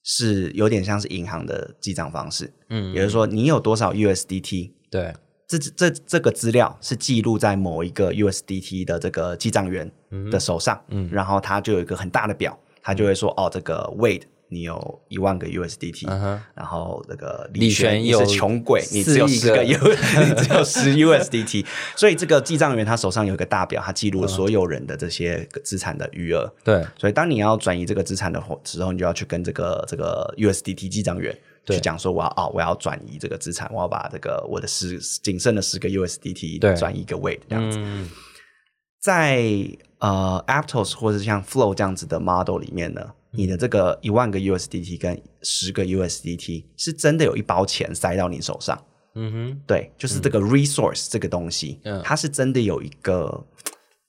Speaker 3: 是有点像是银行的记账方式，也
Speaker 2: 嗯，
Speaker 3: 就是说你有多少 USDT。
Speaker 2: 对，
Speaker 3: 这这这个资料是记录在某一个 USDT 的这个记账员的手上，
Speaker 2: 嗯
Speaker 3: 然后他就有一个很大的表，他就会说，哦，这个 Wade 你有一万个 USDT，、
Speaker 2: 嗯哼，
Speaker 3: 然后那个
Speaker 2: 李
Speaker 3: 璇
Speaker 2: 璇
Speaker 3: 你
Speaker 2: 有
Speaker 3: 是穷鬼，你
Speaker 2: 四
Speaker 3: 只有
Speaker 2: 亿
Speaker 3: 十
Speaker 2: 个
Speaker 3: 个 U，你 只有十 USDT，所以这个记账员他手上有一个大表，他记
Speaker 2: 嗯
Speaker 3: 录了所有人的这些资产的余额。
Speaker 2: 对，
Speaker 3: 所以当你要转移这个资产的时候，你就要去跟这个这个 USDT 记账员
Speaker 2: 对
Speaker 3: 去讲说，我要啊、我要转移这个资产，我要把这个我的十仅剩的十个
Speaker 2: 对
Speaker 3: USDT 转移一个 w e i g 这样子。
Speaker 2: 嗯，
Speaker 3: 在呃 Aptos 或者像 Flow 这样子的 model 里面
Speaker 2: 嗯
Speaker 3: 呢，你的这个一万个 USDT 跟十个 USDT 是真的有一包钱塞到你手上，
Speaker 2: 嗯哼，
Speaker 3: 对，就是这个 resource 这个东西，
Speaker 2: 嗯
Speaker 3: 它是真的有一个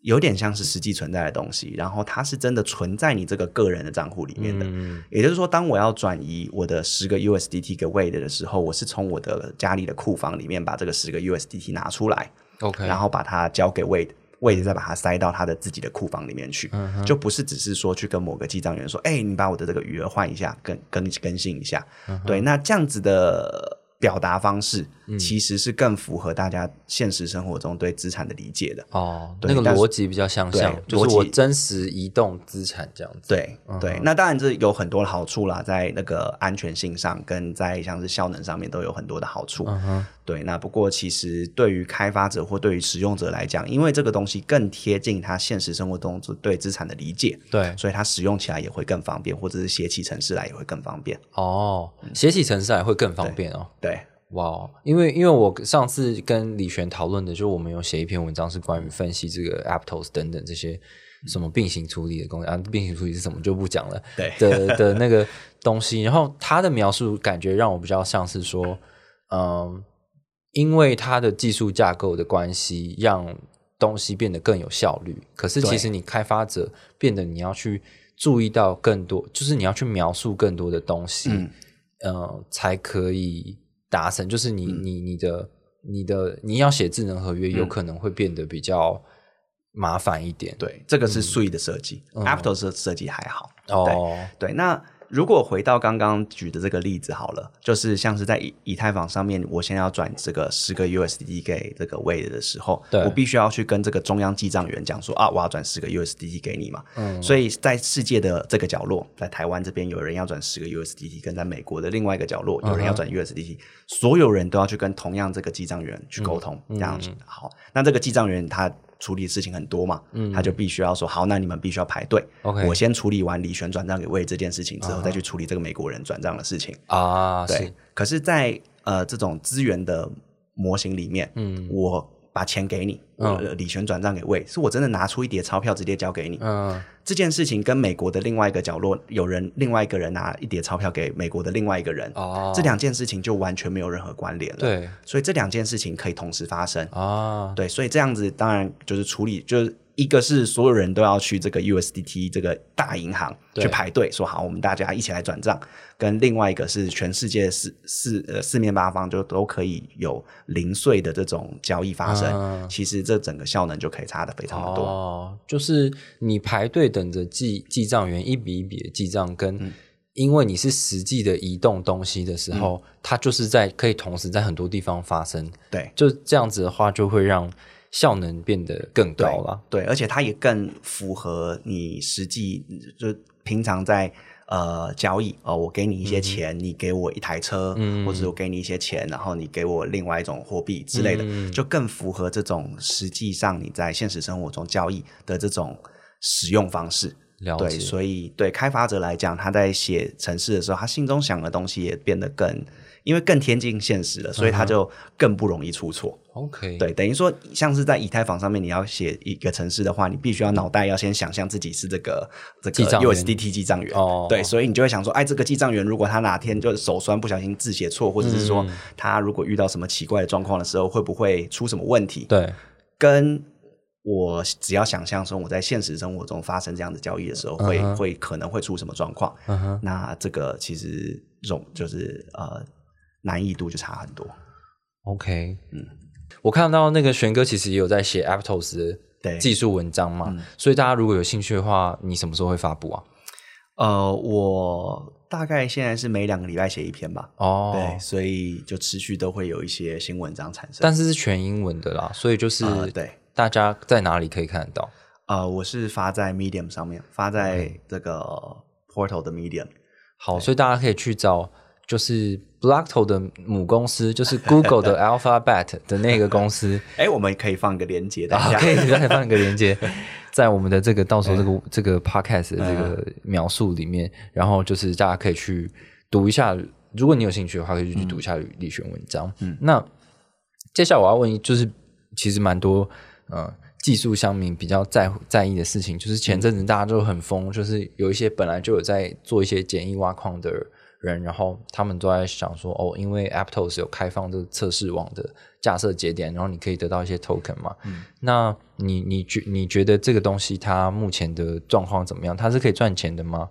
Speaker 3: 有点像是实际存在的东西，然后它是真的存在你这个个人的账户里面的。
Speaker 2: 嗯，
Speaker 3: 也就是说，当我要转移我的十个 USDT 给 Wade 的时候，我是从我的家里的库房里面把这个十个 USDT 拿出来，
Speaker 2: ，OK，
Speaker 3: 然后把它交给 Wade，Wade 再把它塞到他的自己的库房里面去，就不是只是说去跟某个记账员说，哎、你把我的这个余额换一下，更更更新一下。对，那这样子的表达方式，其实是更符合大家现实生活中对资产的理解的。
Speaker 2: 哦，
Speaker 3: 对
Speaker 2: 那个
Speaker 3: 但是
Speaker 2: 逻辑比较相像，
Speaker 3: 对
Speaker 2: 就是
Speaker 3: 逻
Speaker 2: 我
Speaker 3: 辑
Speaker 2: 真实移动资产这样子。嗯
Speaker 3: 对对，那当然这有很多的好处啦，在那个安全性上，跟在像是效能上面都有很多的好处。
Speaker 2: 嗯哼，
Speaker 3: 对，那不过其实对于开发者或对于使用者来讲，因为这个东西更贴近他现实生活中对资产的理解，
Speaker 2: 对，
Speaker 3: 所以它使用起来也会更方便，或者是写起程式来也会更方便。
Speaker 2: 哦，写起程式来会更方便哦。
Speaker 3: 嗯对，
Speaker 2: 哇哦，因为因为我上次跟李璇讨论的，就是我们有写一篇文章是关于分析这个 Aptos 等等这些
Speaker 3: 嗯
Speaker 2: 什么并行处理的东西啊，并行处理是什么就不讲了。
Speaker 3: 对
Speaker 2: 的的那个东西，然后他的描述感觉让我比较像是说，嗯，因为它的技术架构的关系，让东西变得更有效率。可是其
Speaker 3: 对
Speaker 2: 实你开发者变得你要去注意到更多，就是你要去描述更多的东西，嗯
Speaker 3: 嗯、
Speaker 2: 呃才可以达成。就是你、
Speaker 3: 嗯
Speaker 2: 你你的你的你要写智能合约，有可能会变得比较麻烦一点。
Speaker 3: 对，这个是 s u e 的设计、a
Speaker 2: 嗯
Speaker 3: p t o s 的设计还好。
Speaker 2: 哦，
Speaker 3: 对，那如果回到刚刚举的这个例子好了，就是像是在以以太坊上面，我现在要转这个十个 USDT 给这个 Wade 的时候，
Speaker 2: 对
Speaker 3: 我必须要去跟这个中央记账员讲说啊，我要转十个 USDT 给你嘛。所以在世界的这个角落，在台湾这边有人要转十个 USDT，跟在美国的另外一个角落有人要转 USDT，、所有人都要去跟同样这个记账员去沟通，这样子好。那这个记账员他。处理的事情很多嘛，他就必须要说好，那你们必须要排队。
Speaker 2: OK 啊
Speaker 3: 我先处理完李璇转账给魏这件事情之后，再去处理这个美国人转账的事情。
Speaker 2: 啊，是
Speaker 3: 对，可是在，呃这种资源的模型里面，嗯，我把钱给你，
Speaker 2: 嗯
Speaker 3: 呃李璇转账给魏，是我真的拿出一叠钞票直接交给你。
Speaker 2: 嗯
Speaker 3: 这件事情跟美国的另外一个角落有人，另外一个人拿一叠钞票给美国的另外一个人，
Speaker 2: 哦，
Speaker 3: 这两件事情就完全没有任何关联了。，
Speaker 2: 对
Speaker 3: 所以这两件事情可以同时发生。
Speaker 2: 啊，
Speaker 3: 对，所以这样子当然就是处理，就是一个是所有人都要去这个 USDT 这个大银行
Speaker 2: 对
Speaker 3: 去排队，说好我们大家一起来转账，跟另外一个是全世界四四呃四面八方就都可以有零碎的这种交易发生，
Speaker 2: 嗯
Speaker 3: 其实这整个效能就可以差的非常的多。
Speaker 2: 哦，就是你排队等着记记账员一笔一笔的记账，
Speaker 3: 嗯
Speaker 2: 跟因为你是实际的移动东西的时
Speaker 3: 嗯
Speaker 2: 候，它就是在可以同时在很多地方发生，
Speaker 3: 对
Speaker 2: 就这样子的话，就会让效能变得更高了。
Speaker 3: 对，而且它也更符合你实际就平常在呃交易哦、我给你一些
Speaker 2: 嗯
Speaker 3: 钱，你给我一台车，或者我给你一些钱，然后你给我另外一种货币之类的，
Speaker 2: 嗯
Speaker 3: 就更符合这种实际上你在现实生活中交易的这种使用方式。
Speaker 2: 了
Speaker 3: 对，
Speaker 2: 解，
Speaker 3: 所以对开发者来讲，他在写程式的时候，他心中想的东西也变得更，因为更贴近现实了，所以
Speaker 2: 嗯
Speaker 3: 他就更不容易出错。
Speaker 2: OK，
Speaker 3: 对，等于说像是在以太坊上面，你要写一个城市的话，你必须要脑袋要先想象自己是这个这
Speaker 2: 记
Speaker 3: 个
Speaker 2: 账员
Speaker 3: USDT 记账员。
Speaker 2: 哦
Speaker 3: 对，所以你就会想说，哎，这个记账员如果他哪天就手酸不小心字写错，或者是说
Speaker 2: 嗯
Speaker 3: 他如果遇到什么奇怪的状况的时候，会不会出什么问题？
Speaker 2: 对，
Speaker 3: 跟我只要想象说我在现实生活中发生这样的交易的时候，会、
Speaker 2: 嗯哼
Speaker 3: 会可能会出什么状况？
Speaker 2: 嗯哼。
Speaker 3: 那这个其实容就是呃难易度就差很多。
Speaker 2: OK，嗯
Speaker 3: 嗯，
Speaker 2: 我看到那个玄哥其实也有在写 Aptos 的
Speaker 3: 对嗯
Speaker 2: 技术文章嘛，所以大家如果有兴趣的话，你什么时候会发布啊？
Speaker 3: 呃，我大概现在是每两个礼拜写一篇吧。
Speaker 2: 哦
Speaker 3: 对，，所以就持续都会有一些新文章产生。
Speaker 2: 但是是全英文的啦，所以就是、
Speaker 3: 呃对，
Speaker 2: 大家在哪里可以看得到？
Speaker 3: 呃，我是发在 Medium 上面，发
Speaker 2: 嗯
Speaker 3: 在这个 Portal 的 Medium。
Speaker 2: 好，所以大家可以去找。就是 Blockto 的母公司，就是 Google 的 Alphabet 的那个公司，
Speaker 3: 哎，我们可以放个连接，大
Speaker 2: 啊，
Speaker 3: 家
Speaker 2: 可以再放一个连 接在我们的这个到时候这个这个 podcast 的这个描述里面，然后就是大家可以去读一下，如果你有兴趣的话，可以去读一下李李璇文章。嗯，那接下来我要问，就是其实蛮多呃技术上面比较在乎在意的事情，就是前阵子大家都很疯，就是有一些本来就有在做一些简易挖矿的人，然后他们都在想说，哦，因为 Aptos 有开放这个测试网的架设节点，然后你可以得到一些 token 嘛。那你你觉你觉得这个东西它目前的状况怎么样？它是可以赚钱的吗？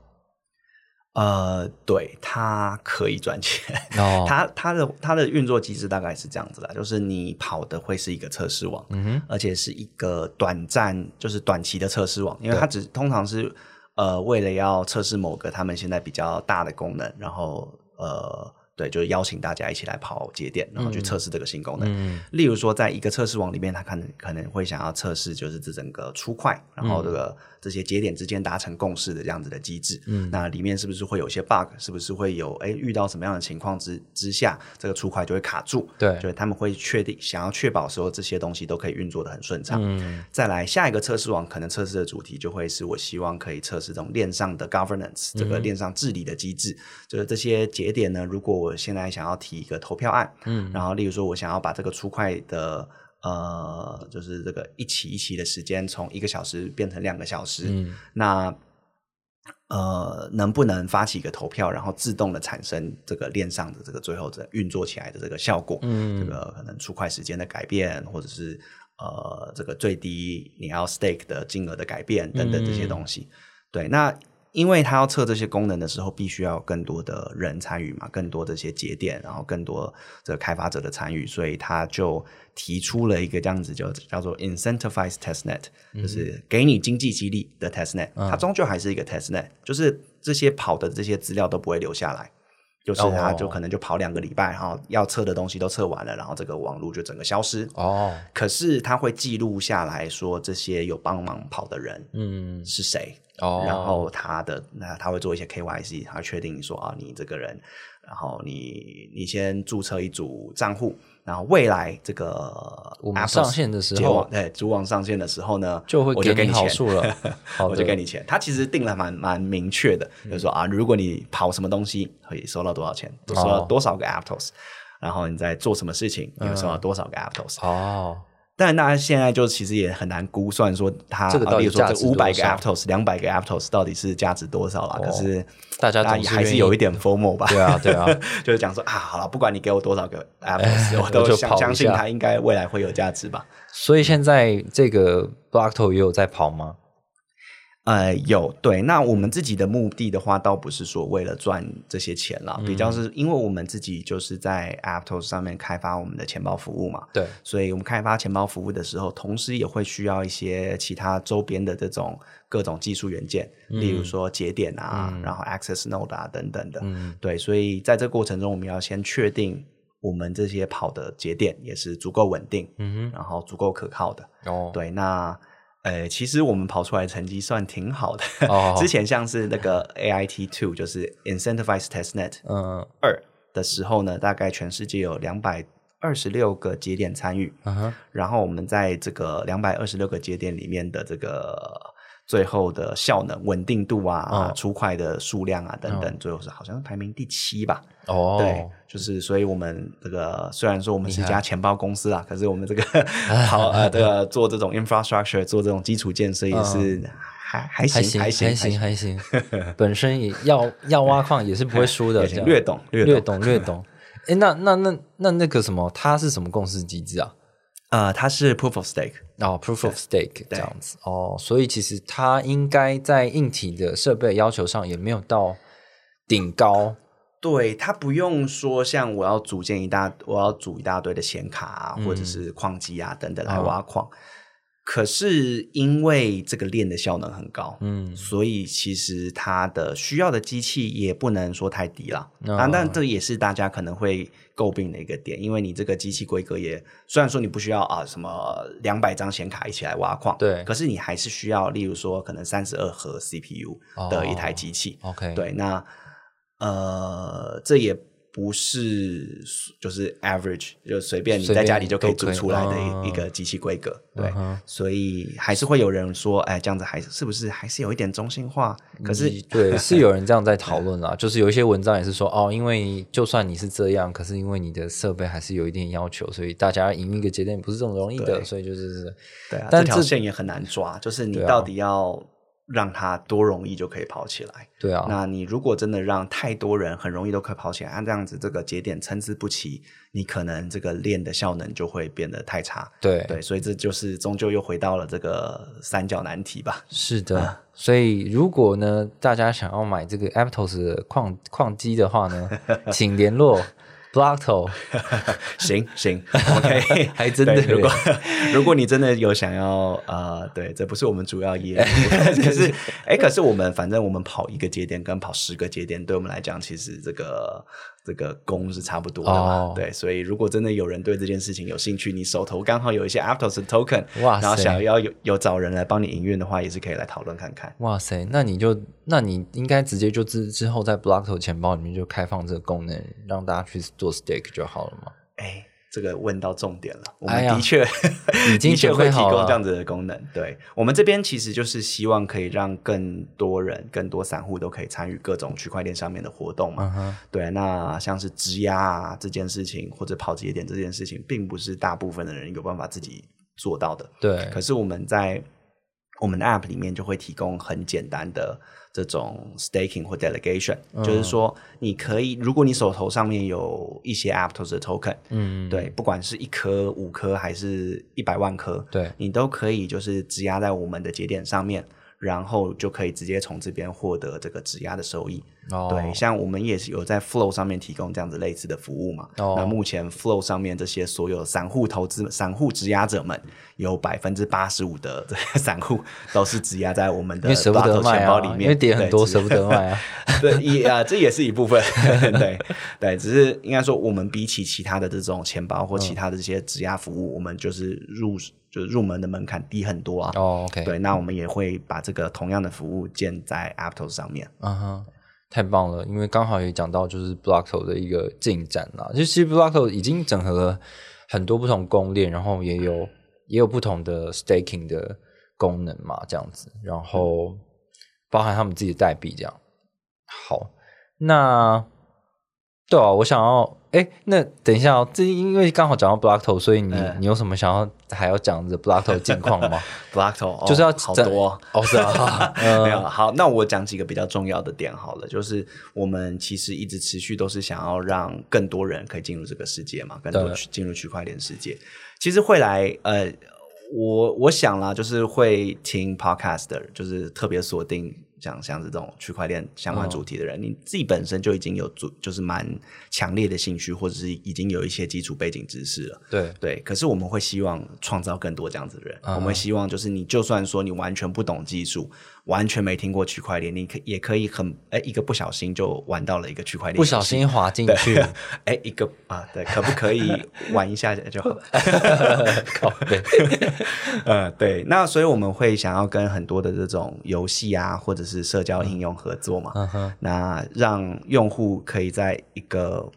Speaker 3: 呃，对，它可以赚钱。
Speaker 2: 哦，
Speaker 3: 它它的它的运作机制大概是这样子啦，就是你跑的会是一个测试网，
Speaker 2: 嗯
Speaker 3: 而且是一个短暂，就是短期的测试网，因为它只通常是呃为了要测试某个他们现在比较大的功能，然后呃对，就是邀请大家一起来跑节点，然后去测试这个新功能。例如说，在一个测试网里面，它可能可能会想要测试就是这整个出块，然后这个、这些节点之间达成共识的这样子的机制。嗯，那里面是不是会有一些 bug？是不是会有哎遇到什么样的情况之之下，这个出块就会卡住？
Speaker 2: 对
Speaker 3: 就是他们会确定想要确保所有这些东西都可以运作的很顺畅。嗯，再来下一个测试网可能测试的主题就会是我希望可以测试这种链上的 governance 这个链上治理的机制，就是这些节点呢，如果我现在想要提一个投票案，嗯，然后例如说我想要把这个出块的。呃，就是这个一期一期的时间从一个小时变成两个小时，
Speaker 2: 嗯
Speaker 3: 那呃，能不能发起一个投票，然后自动的产生这个链上的这个最后这运作起来的这个效果？
Speaker 2: 嗯
Speaker 3: 这个可能出块时间的改变，或者是呃，这个最低你要 stake 的金额的改变等等这些东西。对，那因为它要测这些功能的时候，必须要有更多的人参与嘛，更多这些节点，然后更多这个开发者的参与，所以他就提出了一个这样子就叫做 incentivize testnet，、就是
Speaker 2: 嗯
Speaker 3: 给你经济激励的 testnet，、它终究还是一个 testnet，就是这些跑的这些资料都不会留下来。就是它就
Speaker 2: 哦
Speaker 3: 可能就跑两个礼拜，然后要测的东西都测完了，然后这个网络就整个消失。
Speaker 2: 哦，
Speaker 3: 可是它会记录下来说这些有帮忙跑的人
Speaker 2: 嗯，
Speaker 3: 是谁，
Speaker 2: 哦，
Speaker 3: 然后他的那他会做一些 KYC，他确定说啊，你这个人，然后你你先注册一组账户，然后未来这个
Speaker 2: 我们
Speaker 3: Apple
Speaker 2: 上线的时
Speaker 3: 结
Speaker 2: 候
Speaker 3: 网对主网上线的时候呢，
Speaker 2: 就会
Speaker 3: 我就
Speaker 2: 给
Speaker 3: 给
Speaker 2: 你
Speaker 3: 钱
Speaker 2: 好处 了好
Speaker 3: 我就
Speaker 2: 的
Speaker 3: 给你钱。他其实定了蛮蛮明确的，就是说啊，如果你跑什么东西，可以收到多少钱，收到
Speaker 2: 哦嗯
Speaker 3: 多少个 Aptos，然后你在做什么事情，你会收到多少个 Aptos。
Speaker 2: 哦，
Speaker 3: 但大家现在就其实也很难估算说它，
Speaker 2: 这个
Speaker 3: 啊
Speaker 2: 到底
Speaker 3: 例如说
Speaker 2: 价
Speaker 3: 这
Speaker 2: 值
Speaker 3: 五百个
Speaker 2: 多少
Speaker 3: Aptos、两百个 Aptos 到底是价值多少啦？
Speaker 2: 哦
Speaker 3: 可是
Speaker 2: 大家
Speaker 3: 大
Speaker 2: 总
Speaker 3: 家
Speaker 2: 是
Speaker 3: 还
Speaker 2: 愿
Speaker 3: 是
Speaker 2: 意
Speaker 3: 有一点 FOMO 吧？
Speaker 2: 对啊对啊，
Speaker 3: 就是讲说啊，好了，不管你给我多少个 Aptos，我
Speaker 2: 我
Speaker 3: 都
Speaker 2: 就跑
Speaker 3: 相
Speaker 2: 一
Speaker 3: 相信
Speaker 2: 下
Speaker 3: 它应该未来会有价值吧？
Speaker 2: 所以现在这个 Blockto 也有在跑吗？
Speaker 3: 呃，有对，那我们自己的目的的话，倒不是说为了赚这些钱啦，比
Speaker 2: 嗯
Speaker 3: 较是因为我们自己就是在 Aptos 上面开发我们的钱包服务嘛，
Speaker 2: 对，
Speaker 3: 所以我们开发钱包服务的时候，同时也会需要一些其他周边的这种各种技术元件，例如说节点啊，然后 Access Node 啊等等的。
Speaker 2: 嗯
Speaker 3: 对，所以在这过程中，我们要先确定我们这些跑的节点也是足够稳定，
Speaker 2: 嗯
Speaker 3: 然后足够可靠的。
Speaker 2: 哼，哦，
Speaker 3: 对，那呃，其实我们跑出来的成绩算挺好的。
Speaker 2: 哦
Speaker 3: 之前像是那个 AIT Two，就是 Incentivized Testnet
Speaker 2: 嗯
Speaker 3: 二的时候呢，大概全世界有两百二十六个节点参与。
Speaker 2: 嗯哼，
Speaker 3: 然后我们在这个两百二十六个节点里面的这个最后的效能、稳定度啊、
Speaker 2: 哦
Speaker 3: 出块的数量啊等等，最后是好像是排名第七吧。
Speaker 2: 哦，
Speaker 3: 对，就是所以我们这个虽然说我们是一家钱包公司啊，可是我们 这个好呃这个做这种 infrastructure 做这种基础建设也是还嗯
Speaker 2: 还
Speaker 3: 还行
Speaker 2: 行
Speaker 3: 行
Speaker 2: 还行还行， 本身也要要挖矿也是不会输的，
Speaker 3: 也
Speaker 2: 这
Speaker 3: 行
Speaker 2: 样
Speaker 3: 略懂略懂
Speaker 2: 略懂 略懂。哎，那那那那那个什么，它是什么共识机制啊？
Speaker 3: 呃，它是 proof of stake。
Speaker 2: 哦，proof of stake 这样子哦，所以其实它应该在硬体的设备要求上也没有到顶高，
Speaker 3: 对它不用说像我要组建一大，我要组一大堆的显卡啊，或
Speaker 2: 嗯
Speaker 3: 者是矿机啊等等来
Speaker 2: 哦
Speaker 3: 挖矿。可是因为这个链的效能很高，
Speaker 2: 嗯
Speaker 3: 所以其实它的需要的机器也不能说太低了、
Speaker 2: 哦
Speaker 3: 啊。但这也是大家可能会诟病的一个点，因为你这个机器规格也虽然说你不需要啊什么两百张显卡一起来挖矿，
Speaker 2: 对
Speaker 3: 可是你还是需要，例如说可能三十二核 CPU 的一
Speaker 2: 哦
Speaker 3: 台机器，
Speaker 2: ，OK，，
Speaker 3: 对，那呃，这也不是就是 average，就随便你
Speaker 2: 随
Speaker 3: 在
Speaker 2: 便
Speaker 3: 家里就可以
Speaker 2: 都可
Speaker 3: 组
Speaker 2: 以
Speaker 3: 出来的
Speaker 2: 嗯
Speaker 3: 一一个机器规格。对，
Speaker 2: 嗯哼
Speaker 3: 所以还是会有人说，哎，这样子还是是不是还是有一点中性化？可是
Speaker 2: 嗯对，是有人这样在讨论啦，就是有一些文章也是说，哦，因为就算你是这样，可是因为你的设备还是有一定要求，所以大家赢一个节点不是这么容易的，
Speaker 3: 对
Speaker 2: 所以就是
Speaker 3: 对啊，
Speaker 2: 但
Speaker 3: 这条
Speaker 2: 这
Speaker 3: 线也很难抓，就是你
Speaker 2: 对啊
Speaker 3: 到底要让它多容易就可以跑起来。
Speaker 2: 对啊，
Speaker 3: 那你如果真的让太多人很容易都可以跑起来，按这样子这个节点参差不齐，你可能这个链的效能就会变得太差。
Speaker 2: 对
Speaker 3: 对，所以这就是终究又回到了这个三角难题 吧。
Speaker 2: 是的，
Speaker 3: 啊
Speaker 2: 所以如果呢大家想要买这个 Aptos 的矿矿机的话 呢，请联络 Blockto。
Speaker 3: 行行 ，OK，
Speaker 2: 还真的
Speaker 3: 对如
Speaker 2: 耶
Speaker 3: 果如果你真的有想要呃，对，这不是我们主要业 务，可是哎、可是我们反正我们跑一个节点跟跑十个节点，对我们来讲，其实这个这个功是差不多的嘛。
Speaker 2: 哦
Speaker 3: 对，所以如果真的有人对这件事情有兴趣，你手头刚好有一些 Aptos 的 token，
Speaker 2: 哇
Speaker 3: 然后
Speaker 2: 塞
Speaker 3: 想要有有找人来帮你营运的话，也是可以来讨论看看。
Speaker 2: 哇塞，那你就那你应该直接就之之后在 Blockto 钱包里面就开放这个功能，让大家去做 stake 就好了嘛。
Speaker 3: 哎，这个问到重点了，我
Speaker 2: 哎
Speaker 3: 们
Speaker 2: 呀
Speaker 3: 的确、
Speaker 2: 已经
Speaker 3: 的确
Speaker 2: 准
Speaker 3: 会
Speaker 2: 备
Speaker 3: 提
Speaker 2: 好
Speaker 3: 供
Speaker 2: 了
Speaker 3: 这样子的功能。对我们这边其实就是希望可以让更多人、更多散户都可以参与各种区块链上面的活动嘛。
Speaker 2: 嗯哼，
Speaker 3: 对，那像是质押啊这件事情，或者跑节点这件事情，并不是大部分的人有办法自己做到的。
Speaker 2: 对，
Speaker 3: 可是我们在我们的 App 里面就会提供很简单的这种 staking 或 delegation，、就是
Speaker 2: 嗯
Speaker 3: 说你可以，如果你手头上面有一些 App 投资的 token，
Speaker 2: 嗯，
Speaker 3: 对，不管是一颗、五颗还是一百万颗，
Speaker 2: 对
Speaker 3: 你都可以就是质押在我们的节点上面，然后就可以直接从这边获得这个质押的收益。
Speaker 2: 哦，
Speaker 3: 对，像我们也是有在 Flow 上面提供这样子类似的服务嘛。
Speaker 2: 哦
Speaker 3: 那目前 Flow 上面这些所有散户投资、散户质押者们，有百分之八十五的 这个散户都是质押在我们
Speaker 2: 因
Speaker 3: 的
Speaker 2: 为舍不得
Speaker 3: Blockto
Speaker 2: 卖
Speaker 3: 钱包
Speaker 2: 啊
Speaker 3: 里，面，
Speaker 2: 因为跌很
Speaker 3: 对
Speaker 2: 多，
Speaker 3: 只
Speaker 2: 舍不得卖啊。
Speaker 3: 对，也啊，这也是一部分。 对对，只是应该说，我们比起其他的这种钱包或其他的这些质押服务，我们就是入就是入门的门槛低很多啊。
Speaker 2: 哦，OK，
Speaker 3: 对，那我们也会把这个同样的服务建在 Aptos 上面。
Speaker 2: 嗯哼，太棒了！因为刚好也讲到就是 Blockto 的一个进展啦，就其实 Blockto 已经整合了很多不同供链，然后也有也有不同的 staking 的功能嘛，这样子，然后包含他们自己的代币这样。好，那对啊，我想要哎，那等一下哦，这因为刚好讲到 Blockto，所以你、
Speaker 3: 嗯
Speaker 2: 你有什么想要还要讲的 Blockto 近况吗？
Speaker 3: Blackto、哦、
Speaker 2: 就是要
Speaker 3: 好
Speaker 2: 整
Speaker 3: 多 哦
Speaker 2: 哦，是 啊，
Speaker 3: 没有好，那我讲几个比较重要的点好了，就是我们其实一直持续都是想要让更多人可以进入这个世界嘛，更多
Speaker 2: 对
Speaker 3: 去进入区块链世界。其实会来呃，我我想啦，就是会听 podcast 的人，就是特别锁定像像这种区块链相
Speaker 2: 嗯
Speaker 3: 关主题的人，你自己本身就已经有主就是蛮强烈的兴趣，或者是已经有一些基础背景知识了。
Speaker 2: 对，
Speaker 3: 对，可是我们会希望创造更多这样子的人。
Speaker 2: 啊
Speaker 3: 我们希望就是你，就算说你完全不懂技术，完全没听过区块链，你可也可以很哎一个不小心就玩到了一个区块链游戏，
Speaker 2: 不小心滑进去，
Speaker 3: 哎一个啊，对，可不可以玩一下就好了？
Speaker 2: 靠背，
Speaker 3: 呃，对，那所以我们会想要跟很多的这种游戏啊，或者是社交应用合作嘛，
Speaker 2: 嗯哼，
Speaker 3: 那让用户可以在一个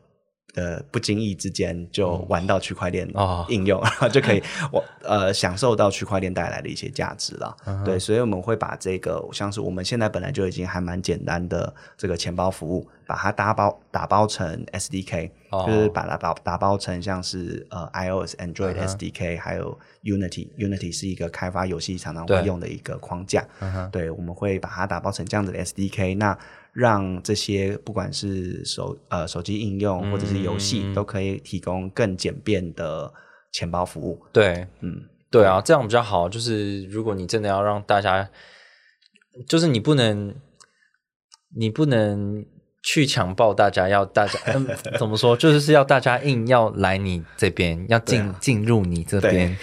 Speaker 3: 呃不经意之间就玩到区块链
Speaker 2: 哦
Speaker 3: 应用，然后就可以我呃享受到区块链带来的一些价值啦。
Speaker 2: 嗯
Speaker 3: 对，所以我们会把这个像是我们现在本来就已经还蛮简单的这个钱包服务，把它打包打包成 SDK，、
Speaker 2: 哦
Speaker 3: 就是把它打打包成像是呃 iOS、Android
Speaker 2: 嗯
Speaker 3: SDK，、还有 Unity。Unity 是一个开发游戏常常会
Speaker 2: 对嗯
Speaker 3: 用的一个框架。对，我们会把它打包成这样子的 SDK，那让这些不管是手呃手机应
Speaker 2: 嗯
Speaker 3: 用或者是游戏，都可以提供更简便的钱包服务。
Speaker 2: 对，
Speaker 3: 嗯，
Speaker 2: 对啊，这样比较好。就是如果你真的要让大家，就是你不能，你不能去强暴大家，要大家、嗯、怎么说，就是要大家硬要来你这边，要进、
Speaker 3: 啊
Speaker 2: 进入你这边，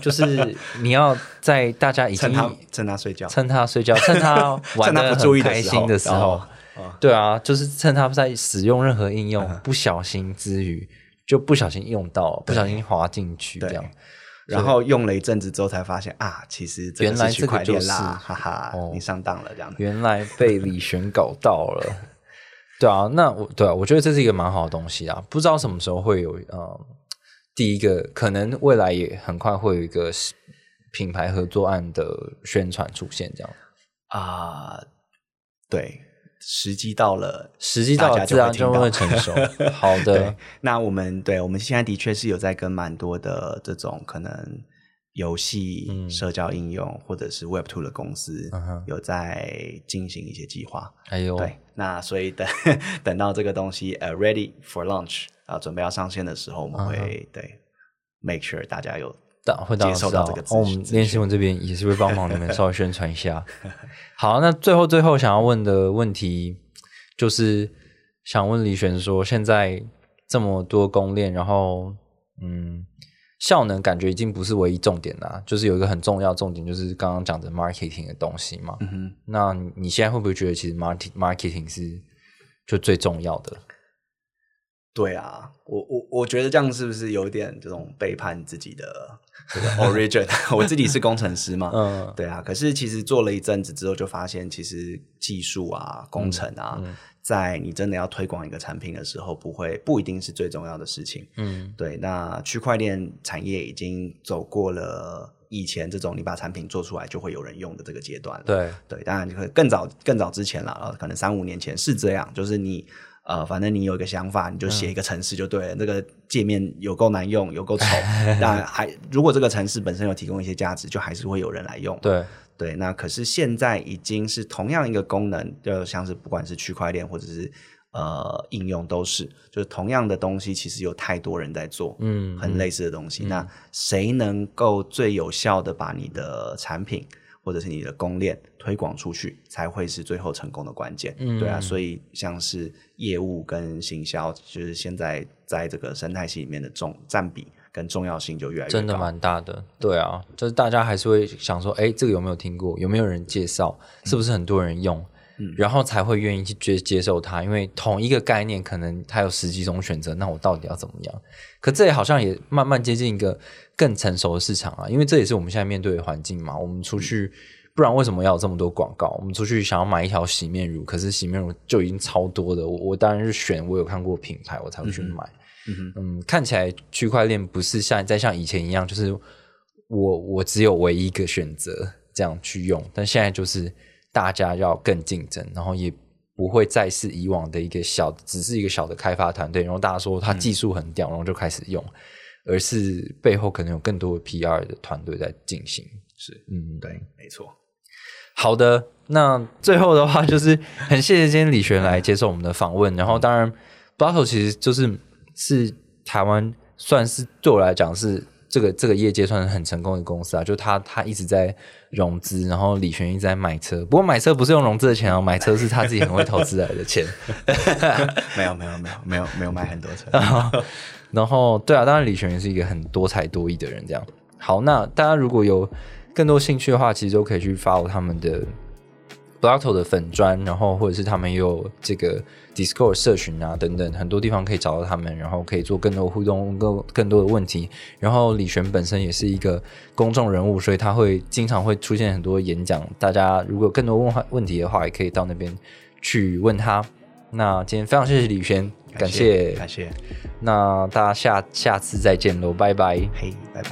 Speaker 2: 就是你要在大家已经
Speaker 3: 趁他趁他睡觉，
Speaker 2: 趁他睡觉，趁他玩
Speaker 3: 趁他
Speaker 2: 的
Speaker 3: 不注意的
Speaker 2: 开
Speaker 3: 时
Speaker 2: 心
Speaker 3: 候
Speaker 2: 的时候
Speaker 3: 哦，嗯
Speaker 2: 对啊，就是趁他在使用任何应用不小心之余，就不小心用到，不小心滑进去这
Speaker 3: 对
Speaker 2: 样。
Speaker 3: 然后用了一阵子之后才发现啊，其实这
Speaker 2: 原来
Speaker 3: 个是
Speaker 2: 这个
Speaker 3: 区块
Speaker 2: 就
Speaker 3: 链
Speaker 2: 是
Speaker 3: 啦，哈哈，
Speaker 2: 哦
Speaker 3: 你上当了这样子。
Speaker 2: 原来被李璇搞到了。 对啊，那我对啊，我觉得这是一个蛮好的东西啊。不知道什么时候会有呃，第一个可能未来也很快会有一个品牌合作案的宣传出现，这样
Speaker 3: 啊、对，时机到了，
Speaker 2: 时机到
Speaker 3: 大
Speaker 2: 了
Speaker 3: 家
Speaker 2: 自
Speaker 3: 就会
Speaker 2: 然就会成熟。好的
Speaker 3: 对，，那我们对我们现在的确是有在跟蛮多的这种可能游戏、
Speaker 2: 嗯
Speaker 3: 社交应用或者是 Web Two 的公司、
Speaker 2: 嗯哼
Speaker 3: 有在进行一些计划。
Speaker 2: 哎呦，
Speaker 3: 对，那所以等 等到这个东西呃 ready for launch 啊、准备要上线的时候，我们
Speaker 2: 嗯哼
Speaker 3: 会、对 make sure 大家有
Speaker 2: 大会大家
Speaker 3: 接受
Speaker 2: 知道
Speaker 3: 到这个资
Speaker 2: 哦，我们
Speaker 3: 资
Speaker 2: 练
Speaker 3: 讯
Speaker 2: 新闻这边也是会帮忙你们 稍微宣传一下。好，那最后最后想要问的问题就是想问李璇说，现在这么多公链，然后嗯，效能感觉已经不是唯一重点啦，就是有一个很重要的重点，就是刚刚讲的 marketing 的东西嘛。
Speaker 3: 嗯哼。
Speaker 2: 那你你现在会不会觉得其实 marketing marketing 是就最重要的？
Speaker 3: 对啊，我我我觉得这样是不是有点这种背叛自己的 这个 origin？我自 己是工程师嘛，
Speaker 2: 嗯
Speaker 3: 对啊。可是其实做了一阵子之后，就发现其实技术啊、工程啊，在你真的要推广一个产品的时候，不会不一定是最重要的事情。
Speaker 2: 嗯，
Speaker 3: 对，那区块链产业已经走过了以前这种你把产品做出来就会有人用的这个阶段了。
Speaker 2: 对，
Speaker 3: 对，当然可更早更早之前了，然后可能三五年前是这样，就是你呃，反正你有一个想法，你就写一个程式就对了。这个界面有够难用，有够丑，那还如果这个程式本身有提供一些价值，就还是会有人来用。
Speaker 2: 对，
Speaker 3: 对，那可是现在已经是同样一个功能，就像是不管是区块链或者是呃应用都是，就是同样的东西，其实有太多人在做，
Speaker 2: 嗯
Speaker 3: 很类似的东西。那谁能够最有效的把你的产品或者是你的供链推广出去，才会是最后成功的关键。
Speaker 2: 嗯
Speaker 3: 对啊，所以像是业务跟行销，就是现在在这个生态系里面的重占比跟重要性就越来越高。
Speaker 2: 真的蛮大的，对啊，就是大家还是会想说，哎，这个有没有听过？有没有人介绍？
Speaker 3: 嗯
Speaker 2: 是不是很多人用？然后才会愿意去接接受它，因为同一个概念可能它有十几种选择，那我到底要怎么样？可这也好像也慢慢接近一个更成熟的市场啊，因为这也是我们现在面对的环境嘛。我们出
Speaker 3: 嗯
Speaker 2: 去，不然为什么要有这么多广告？我们出去想要买一条洗面乳，可是洗面乳就已经超多的，我我当然是选我有看过品牌我才会去买。嗯，看起来区块链不是像再像以前一样，就是我我只有唯一一个选择这样去用，但现在就是大家要更竞争，然后也不会再是以往的一个小，只是一个小的开发团队，然后大家说它技术很屌，然后就开始用，而是背后可能有更多的 PR 的团队在进行。
Speaker 3: 是
Speaker 2: 嗯，
Speaker 3: 对，没错。
Speaker 2: 好的，那最后的话就是很谢谢今天李璇来接受我们的访问。然后，当然 b l a t o 其实就是是台湾算是对我来讲是这个这个业界算是很成功的公司啊，就他他一直在融资，然后李璇一直在买车。不过买车不是用融资的钱哦，买车是他自己很会投资来的钱。
Speaker 3: 没有没有没有没有没有买很多车，
Speaker 2: 然后，对啊，当然李璇也是一个很多才多艺的人。这样，好，那大家如果有更多兴趣的话，其实都可以去 follow 他们的 Blotto 的粉砖，然后或者是他们也有这个 Discord 社群啊等等，很多地方可以找到他们，然后可以做更多互动、更更多的问题。然后李璇本身也是一个公众人物，所以他会经常会出现很多演讲。大家如果有更多问话问题的话，也可以到那边去问他。那今天非常谢谢李璇，感谢
Speaker 3: 感谢，
Speaker 2: 那大家下下次再见喽，拜拜。
Speaker 3: 嘿，拜拜。